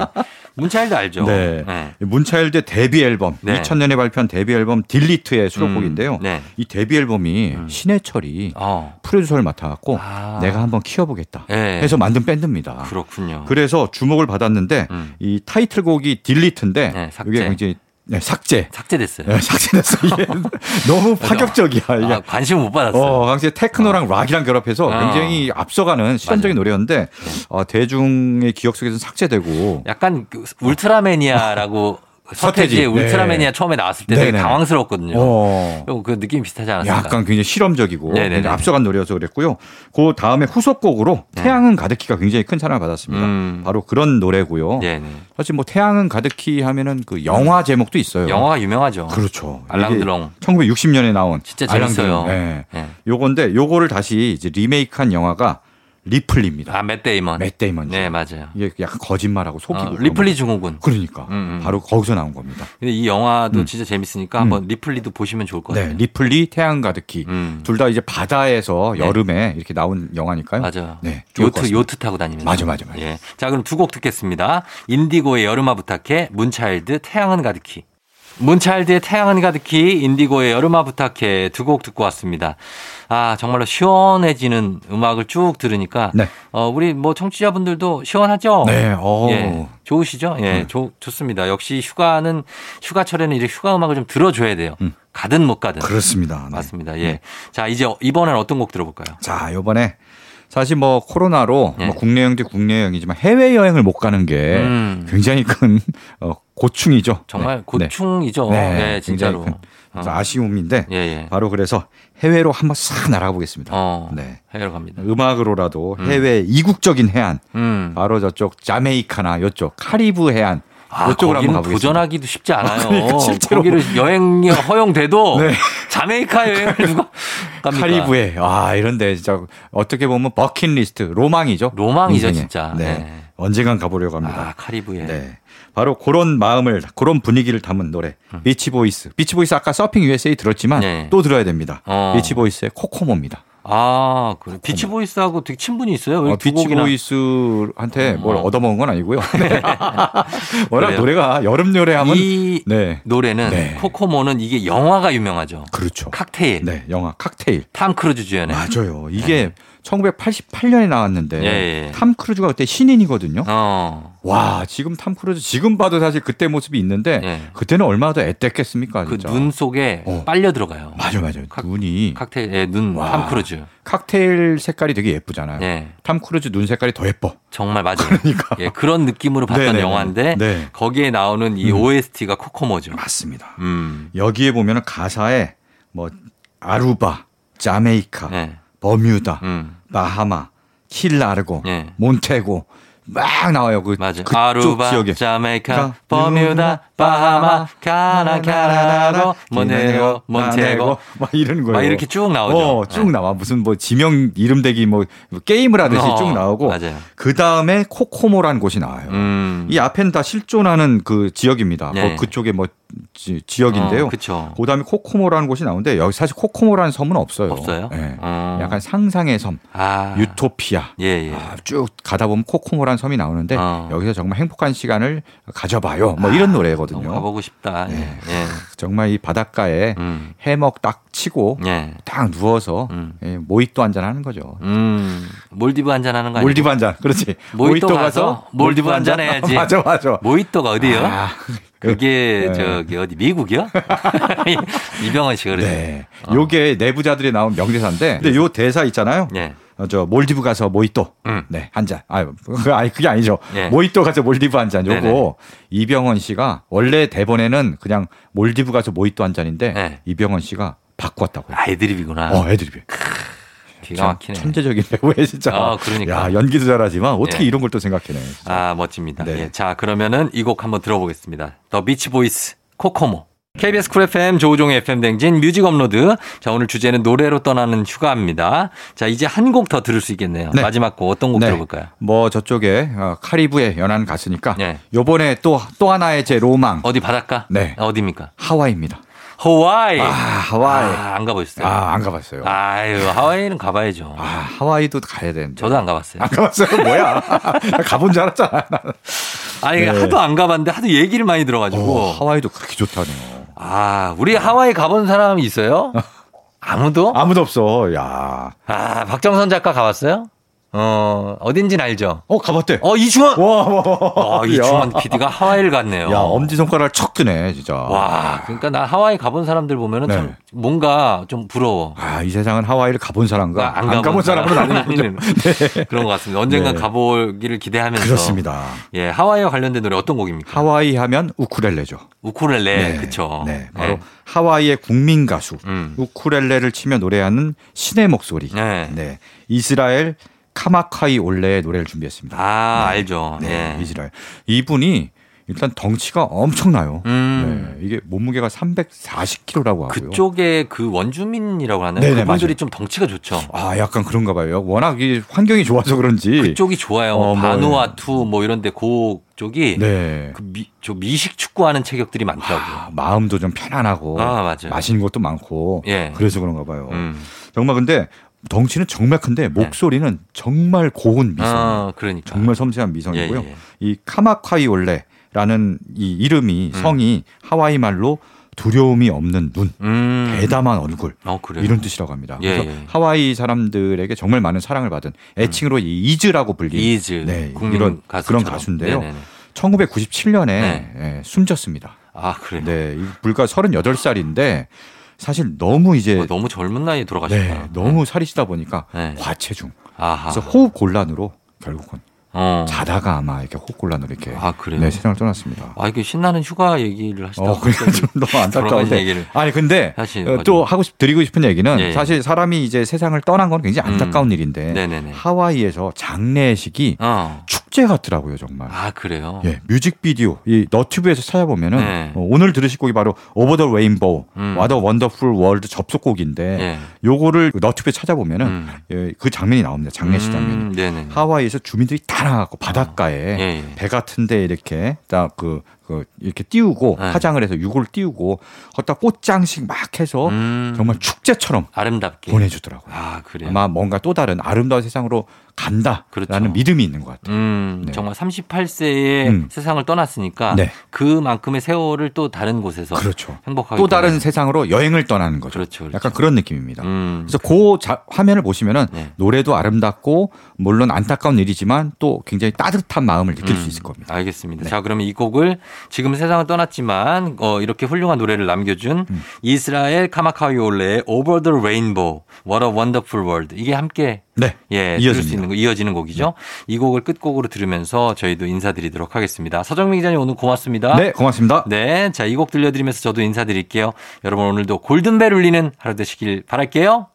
S1: 문차일드 알죠.
S7: 네.
S1: 네.
S7: 문차일드 데뷔 앨범
S1: 네.
S7: 2000년에 발표한 데뷔 앨범 딜리트의 수록곡인데요.
S1: 음, 네.
S7: 이 데뷔 앨범이
S1: 음.
S7: 신해철이
S1: 어.
S7: 프로듀서를 맡아갖고
S1: 아.
S7: 내가 한번 키워보겠다
S1: 예.
S7: 해서 만든 밴드입니다.
S1: 그렇군요.
S7: 그래서 주목을 받았는데
S1: 음.
S7: 이 타이틀곡이 딜리트인데
S1: 네, 삭제.
S7: 이게 굉장히 네, 삭제.
S1: 삭제됐어요.
S7: 네, 삭제됐어. 이게 너무 파격적이야. 이게.
S1: 아, 관심 못 받았어요.
S7: 어, 당시에 테크노랑 락이랑 결합해서
S1: 어. 네.
S7: 굉장히 앞서가는 실험적인 노래였는데 어, 대중의 기억 속에서 사제되고
S1: 약간 그 울트라매니아라고 서태지의
S7: 서태지. 네.
S1: 울트라매니아 처음에 나왔을 때 되게
S7: 네네.
S1: 당황스러웠거든요.
S7: 어,
S1: 그 느낌 이 비슷하지 않았습니까?
S7: 약간 굉장히 실험적이고
S1: 네네네.
S7: 굉장히 앞서간 노래여서 그랬고요. 그 다음에 후속곡으로 태양은 가득히가 굉장히 큰 사랑을 받았습니다.
S1: 네. 음.
S7: 바로 그런 노래고요.
S1: 네네. 음.
S7: 사실 뭐 태양은 가득히 하면은 그 영화 제목도 있어요.
S1: 영화가 유명하죠.
S7: 그렇죠.
S1: 알랑드롱.
S7: 1960년에 나온
S1: 진짜
S7: 알랑드롱.
S1: 재밌어요.
S7: 예.
S1: 예.
S7: 요건데 요거를 다시 이제 리메이크한 영화가 리플리입니다.
S1: 아, 맷데이먼.
S7: 맷 데이먼.
S1: 네, 맞아요.
S7: 이게 약간 거짓말하고 속이고
S1: 어,
S7: 그런
S1: 리플리 증후군.
S7: 그러니까
S1: 음, 음.
S7: 바로 거기서 나온 겁니다.
S1: 근데 이 영화도
S7: 음.
S1: 진짜 재밌으니까
S7: 음.
S1: 한번 리플리도 보시면 좋을 것
S7: 네,
S1: 같아요.
S7: 리플리 태양 가득히
S1: 음.
S7: 둘 다 이제 바다에서
S1: 네.
S7: 여름에 이렇게 나온 영화니까요.
S1: 맞아요.
S7: 네, 좋을
S1: 요트
S7: 것 같습니다.
S1: 요트 타고 다니면서.
S7: 맞아, 맞아, 맞아.
S1: 예. 자, 그럼 두 곡 듣겠습니다. 인디고의 여름아 부탁해, 문차일드 태양은 가득히. 문차일드의 태양은 가득히, 인디고의 여름아 부탁해 두 곡 듣고 왔습니다. 아, 정말로 시원해지는 음악을 쭉 들으니까
S7: 네.
S1: 어, 우리 뭐 청취자분들도 시원하죠?
S7: 네, 어.
S1: 예. 좋으시죠? 예,
S7: 음.
S1: 좋, 좋습니다. 역시 휴가는 휴가철에는 이렇게 휴가 음악을 좀 들어 줘야 돼요.
S7: 음.
S1: 가든 못 가든.
S7: 그렇습니다. 네.
S1: 맞습니다. 예. 자, 이제 이번엔 어떤 곡 들어볼까요?
S7: 자, 요번에 사실 뭐 코로나로
S1: 네.
S7: 뭐 국내 여행도 국내 여행이지만 해외 여행을 못 가는 게
S1: 음.
S7: 굉장히 큰 어, 고충이죠.
S1: 정말
S7: 네.
S1: 고충이죠.
S7: 네.
S1: 네,
S7: 네,
S1: 진짜로.
S7: 굉장히 큰
S1: 어.
S7: 아쉬움인데
S1: 예, 예.
S7: 바로 그래서 해외로 한번 싹 날아가 보겠습니다.
S1: 어,
S7: 네.
S1: 해결갑니다.
S7: 음악으로라도
S1: 음.
S7: 해외 이국적인 해안
S1: 음.
S7: 바로 저쪽 자메이카나 요쪽 카리브 해안
S1: 아,
S7: 요쪽으로 한번
S1: 거기는
S7: 가보겠습니다.
S1: 도전하기도 쉽지 않아요.
S7: 그러니까 실제로.
S1: 거기를 여행이 허용돼도
S7: 네.
S1: 자메이카 여행을 누가 갑니까?
S7: 카리브해. 아, 이런데 진짜 어떻게 보면 버킷리스트, 로망이죠.
S1: 로망이죠,
S7: 인생의.
S1: 진짜.
S7: 네.
S1: 네.
S7: 언젠간
S1: 아,
S7: 가보려고 합니다.
S1: 카리브해.
S7: 네. 바로 그런 마음을, 그런 분위기를 담은 노래. 비치보이스. 비치보이스 아까 서핑 USA 들었지만
S1: 음. 네.
S7: 또 들어야 됩니다.
S1: 어.
S7: 비치보이스의 코코모입니다.
S1: 아, 그 비치보이스하고 되게 친분이 있어요. 왜
S7: 어,
S1: 두 곡이나.
S7: 비치보이스한테 뭘
S1: 어.
S7: 얻어먹은 건 아니고요. 네. 워낙
S1: 그래요?
S7: 노래가 여름 노래하면.
S1: 이
S7: 네.
S1: 노래는
S7: 네.
S1: 코코모는 이게 영화가 유명하죠.
S7: 그렇죠.
S1: 칵테일.
S7: 네. 영화 칵테일.
S1: 탐 크루즈 주연의.
S7: 맞아요. 이게 1988년에 나왔는데
S1: 네. 예, 예.
S7: 탐 크루즈가 그때 신인이거든요.
S1: 어.
S7: 와 지금 탐 크루즈 지금 봐도 사실 그때 모습이 있는데
S1: 예.
S7: 그때는 얼마나 더 애틋했습니까
S1: 그
S7: 진짜.
S1: 눈 속에
S7: 네. 어.
S1: 빨려 들어가요.
S7: 맞아 맞아. 요
S1: 칵-
S7: 눈이
S1: 칵테일, 예, 눈,
S7: 와. 네.
S1: 탐 크루즈.
S7: 칵테일 색깔이 되게 예쁘잖아요.
S1: 예.
S7: 탐 크루즈 눈 색깔이 더 예뻐.
S1: 정말 맞아요.
S7: 그러니까.
S1: 예, 그런 느낌으로 봤던
S7: 네네.
S1: 영화인데
S7: 네.
S1: 거기에 나오는 이
S7: 음.
S1: OST가 코코모죠.
S7: 맞습니다.
S1: 음.
S7: 여기에 보면 은 가사에 뭐 아루바, 자메이카,
S1: 네.
S7: 버뮤다,
S1: 음.
S7: 바하마, 킬라르고,
S1: 예.
S7: 몬테고 막 나와요. 그
S1: 맞아.
S7: 그쪽
S1: 아루바,
S7: 지역에.
S1: 자메이카,
S7: 그러니까
S1: 버뮤다, 바하마, 카나 카나라로, 몬테고, 몬테고.
S7: 막 이런 거예요.
S1: 막 이렇게 쭉 나오죠.
S7: 어, 쭉
S1: 네.
S7: 나와. 무슨 뭐 지명 이름 대기 뭐 게임을 하듯이
S1: 어,
S7: 쭉 나오고.
S1: 맞아요.
S7: 그 다음에 코코모라는 곳이 나와요.
S1: 음.
S7: 이 앞엔 다 실존하는 그 지역입니다.
S1: 네.
S7: 뭐 그쪽에 뭐 지, 역인데요
S1: 어, 그쵸.
S7: 그 다음에 코코모라는 곳이 나오는데 여기 사실 코코모라는 섬은 없어요.
S1: 없어요?
S7: 예.
S1: 어.
S7: 약간 상상의 섬,
S1: 아.
S7: 유토피아.
S1: 예, 예.
S7: 아, 쭉 가다 보면 코코모란 섬이 나오는데
S1: 어. 아,
S7: 여기서 정말 행복한 시간을 가져봐요. 뭐 이런
S1: 너무
S7: 노래거든요.
S1: 가보고 싶다. 예. 예.
S7: 정말 이 바닷가에
S1: 음.
S7: 해먹 딱 치고
S1: 예.
S7: 딱 누워서
S1: 음.
S7: 예, 모히또 한잔 하는 거죠.
S1: 음. 몰디브 한잔 하는 거 아니에요?
S7: 몰디브 한잔. 그렇지.
S1: 모히또 가서 몰디브
S7: 한 잔.
S1: 한잔 해야지.
S7: 맞아 맞아.
S1: 모히또가 어디요?
S7: 아,
S1: 그게
S7: 네.
S1: 저기 어디 미국이요? 이병헌 씨가 그러죠.
S7: 네. 요게 내부자들이 나온 명대사인데 근데 요 대사 있잖아요.
S1: 네.
S7: 어, 저 몰디브 가서 모히또
S1: 음.
S7: 네, 한 잔. 아, 그거 아니 그게 아니죠.
S1: 예.
S7: 모히또 가서 몰디브 한 잔. 요거
S1: 네네.
S7: 이병헌 씨가 원래 대본에는 그냥 몰디브 가서 모히또 한 잔인데
S1: 네.
S7: 이병헌 씨가 바꿨다고요.
S1: 아이드립이구나.
S7: 어, 애드립이.
S1: 기가 막히네.
S7: 천재적인 배우에 진짜.
S1: 아, 그러니까.
S7: 야, 연기도 잘하지만 어떻게
S1: 예.
S7: 이런 걸 또 생각해내.
S1: 아 멋집니다.
S7: 네.
S1: 예, 자 그러면은 이 곡 한번 들어보겠습니다. 더 비치 보이스 코코모. KBS 쿨 FM 조우종의 FM 댕진 뮤직 업로드. 자, 오늘 주제는 노래로 떠나는 휴가입니다. 자, 이제 한 곡 더 들을 수 있겠네요.
S7: 네.
S1: 마지막 곡 어떤 곡
S7: 네.
S1: 들어볼까요?
S7: 뭐 저쪽에 어, 카리브해 연안 갔으니까
S1: 네.
S7: 요번에 또 또 하나의 제 로망
S1: 어디 바닷가?
S7: 네.
S1: 어디입니까?
S7: 하와이입니다.
S1: 하와이.
S7: 아, 하와이.
S1: 예. 아, 안 가보셨어요?
S7: 아, 안 가봤어요. 아,
S1: 아유, 하와이는 가봐야죠.
S7: 하와이도 가야 되는데.
S1: 저도 안 가봤어요.
S7: 안 가봤어요? 뭐야? 나 가본 줄 알았잖아. 나는.
S1: 어, 아니
S7: 네.
S1: 하도 안 가봤는데 하도 얘기를 많이 들어가지고
S7: 어, 하와이도 그렇게 좋다네요.
S1: 아 우리 하와이 가본 사람이 있어요? 아무도?
S7: 아무도 없어. 야.
S1: 아 박정선 작가 가봤어요? 어 어딘진 알죠?
S7: 어, 가봤대.
S1: 어 이충원.
S7: 와, 와, 와.
S1: 어 이충원 PD가 하와이를 갔네요.
S7: 야, 엄지손가락을 척 드네, 진짜.
S1: 와 그러니까 나 하와이 가본 사람들 보면은
S7: 네.
S1: 참 뭔가 좀 부러워. 그러니까
S7: 아, 이 세상은 하와이를 가본 사람과
S1: 아, 안, 가본,
S7: 사람으로 나뉘는 거죠.
S1: 그런 것 같습니다. 언젠가
S7: 네.
S1: 가보기를 기대하면서
S7: 그렇습니다.
S1: 예 하와이와 관련된 노래 어떤 곡입니까?
S7: 하와이 하면 우쿨렐레죠.
S1: 우쿨렐레 그쵸?
S7: 네, 바로 하와이의 국민 가수
S1: 음.
S7: 우쿨렐레를 치며 노래하는 신의 목소리.
S1: 네.
S7: 네. 이스라엘 카마카이 올레의 노래를 준비했습니다.
S1: 아
S7: 네.
S1: 알죠.
S7: 네,
S1: 예.
S7: 이스라엘. 이분이 일단 덩치가 엄청나요.
S1: 음.
S7: 네, 이게 몸무게가 340kg라고 하고요.
S1: 그쪽에 그 원주민이라고 하나요?
S7: 네네,
S1: 그분들이 좀 덩치가 좋죠.
S7: 아, 약간 그런가 봐요. 워낙 이 환경이 좋아서 그런지.
S1: 그쪽이 좋아요.
S7: 어, 뭐,
S1: 바누아투 뭐 이런데 그쪽이
S7: 네.
S1: 그 미, 저 미식 축구하는 체격들이
S7: 아,
S1: 많더라고요.
S7: 마음도 좀 편안하고
S1: 아, 맞아요.
S7: 맛있는 것도 많고
S1: 예.
S7: 그래서 그런가 봐요.
S1: 음. 예.
S7: 정말 근데 덩치는 정말 큰데 목소리는 정말 고운 미성,
S1: 아, 그러니까.
S7: 정말 섬세한 미성이고요.
S1: 예, 예.
S7: 이 카마카이올레라는 이 이름이
S1: 음.
S7: 성이 하와이 말로 두려움이 없는 눈,
S1: 음.
S7: 대담한 얼굴
S1: 어, 그래요.
S7: 이런 뜻이라고 합니다.
S1: 예,
S7: 그래서
S1: 예. 음.
S7: 하와이 사람들에게 정말 많은 사랑을 받은 애칭으로 이 이즈라고 불리는
S1: 이즈
S7: 네,
S1: 국민
S7: 이런
S1: 가수
S7: 그런 가수인데요. 1997년에 예,
S1: 네.
S7: 숨졌습니다.
S1: 아, 그래요.
S7: 네, 이 불과 38살인데 사실 너무 이제
S1: 어, 너무 젊은 나이에 돌아가셨다.
S7: 네, 너무 살이 찌다 보니까
S1: 네.
S7: 과체중.
S1: 아하.
S7: 그래서 호흡 곤란으로 결국은
S1: 어.
S7: 자다가 아마 이렇게 호흡 곤란으로 이렇게
S1: 아, 그래요.
S7: 네, 세상을 떠났습니다.
S1: 아, 이게 신나는 휴가 얘기를 하시다.
S7: 어, 그러니까 좀 너무
S1: 돌아가신
S7: 안타까운데.
S1: 얘기를
S7: 아니, 근데
S1: 하시는
S7: 어,
S1: 거죠.
S7: 또 하고 싶, 드리고 싶은 얘기는
S1: 네. 예, 예.
S7: 사실 사람이 이제 세상을 떠난 건 굉장히 안타까운 일인데
S1: 네네네.
S7: 하와이에서 장례식이
S1: 어.
S7: 축제 같더라고요, 정말.
S1: 아, 그래요.
S7: 예, 뮤직비디오 이 너튜브에서 찾아보면은
S1: 네.
S7: 어, 오늘 들으실 곡이 바로 오버 더 레인보우
S1: 음.
S7: 와더 원더풀 월드 접속곡인데
S1: 예.
S7: 요거를 그 너튜브에 찾아보면은
S1: 음.
S7: 예, 그 장면이 나옵니다. 장례식 장면이.
S1: 음, 네네.
S7: 하와이에서 주민들이 다 나가고 바닷가에
S1: 예, 예.
S7: 배 같은데 이렇게 딱그 그 이렇게 띄우고
S1: 네.
S7: 화장을 해서 유골 띄우고 거기다 꽃장식 막 해서
S1: 음.
S7: 어? 정말 축제처럼
S1: 아름답게
S7: 보내주더라고요.
S1: 아 그래요.
S7: 아마 뭔가 또 다른 아름다운 세상으로 간다라는
S1: 그렇죠.
S7: 믿음이 있는 것 같아요.
S1: 음,
S7: 네.
S1: 정말 38세에
S7: 음.
S1: 세상을 떠났으니까
S7: 네.
S1: 그만큼의 세월을 또 다른 곳에서
S7: 그렇죠.
S1: 행복하게
S7: 또 다른
S1: 보내는.
S7: 세상으로 여행을 떠나는 거죠.
S1: 그렇죠, 그렇죠.
S7: 약간 그런 느낌입니다.
S1: 음,
S7: 그래서 그 자- 화면을 보시면은
S1: 네.
S7: 노래도 아름답고 물론 안타까운 일이지만 또 굉장히 따뜻한 마음을 느낄
S1: 음,
S7: 수 있을 겁니다.
S1: 알겠습니다.
S7: 네.
S1: 자, 그러면 이 곡을 지금 세상을 떠났지만 어, 이렇게 훌륭한 노래를 남겨준
S7: 음.
S1: 이스라엘 카마카이올레의 Over the Rainbow, What a Wonderful World 이게 함께
S7: 네.
S1: 예, 들을 수
S7: 이어집니다. 네.
S1: 있는 거 이어지는 곡이죠. 이 곡을 끝곡으로 들으면서 저희도 인사드리도록 하겠습니다. 서정민 기자님 오늘 고맙습니다.
S7: 네, 고맙습니다.
S1: 네, 자, 이 곡 들려드리면서 저도 인사드릴게요. 여러분 오늘도 골든벨 울리는 하루 되시길 바랄게요.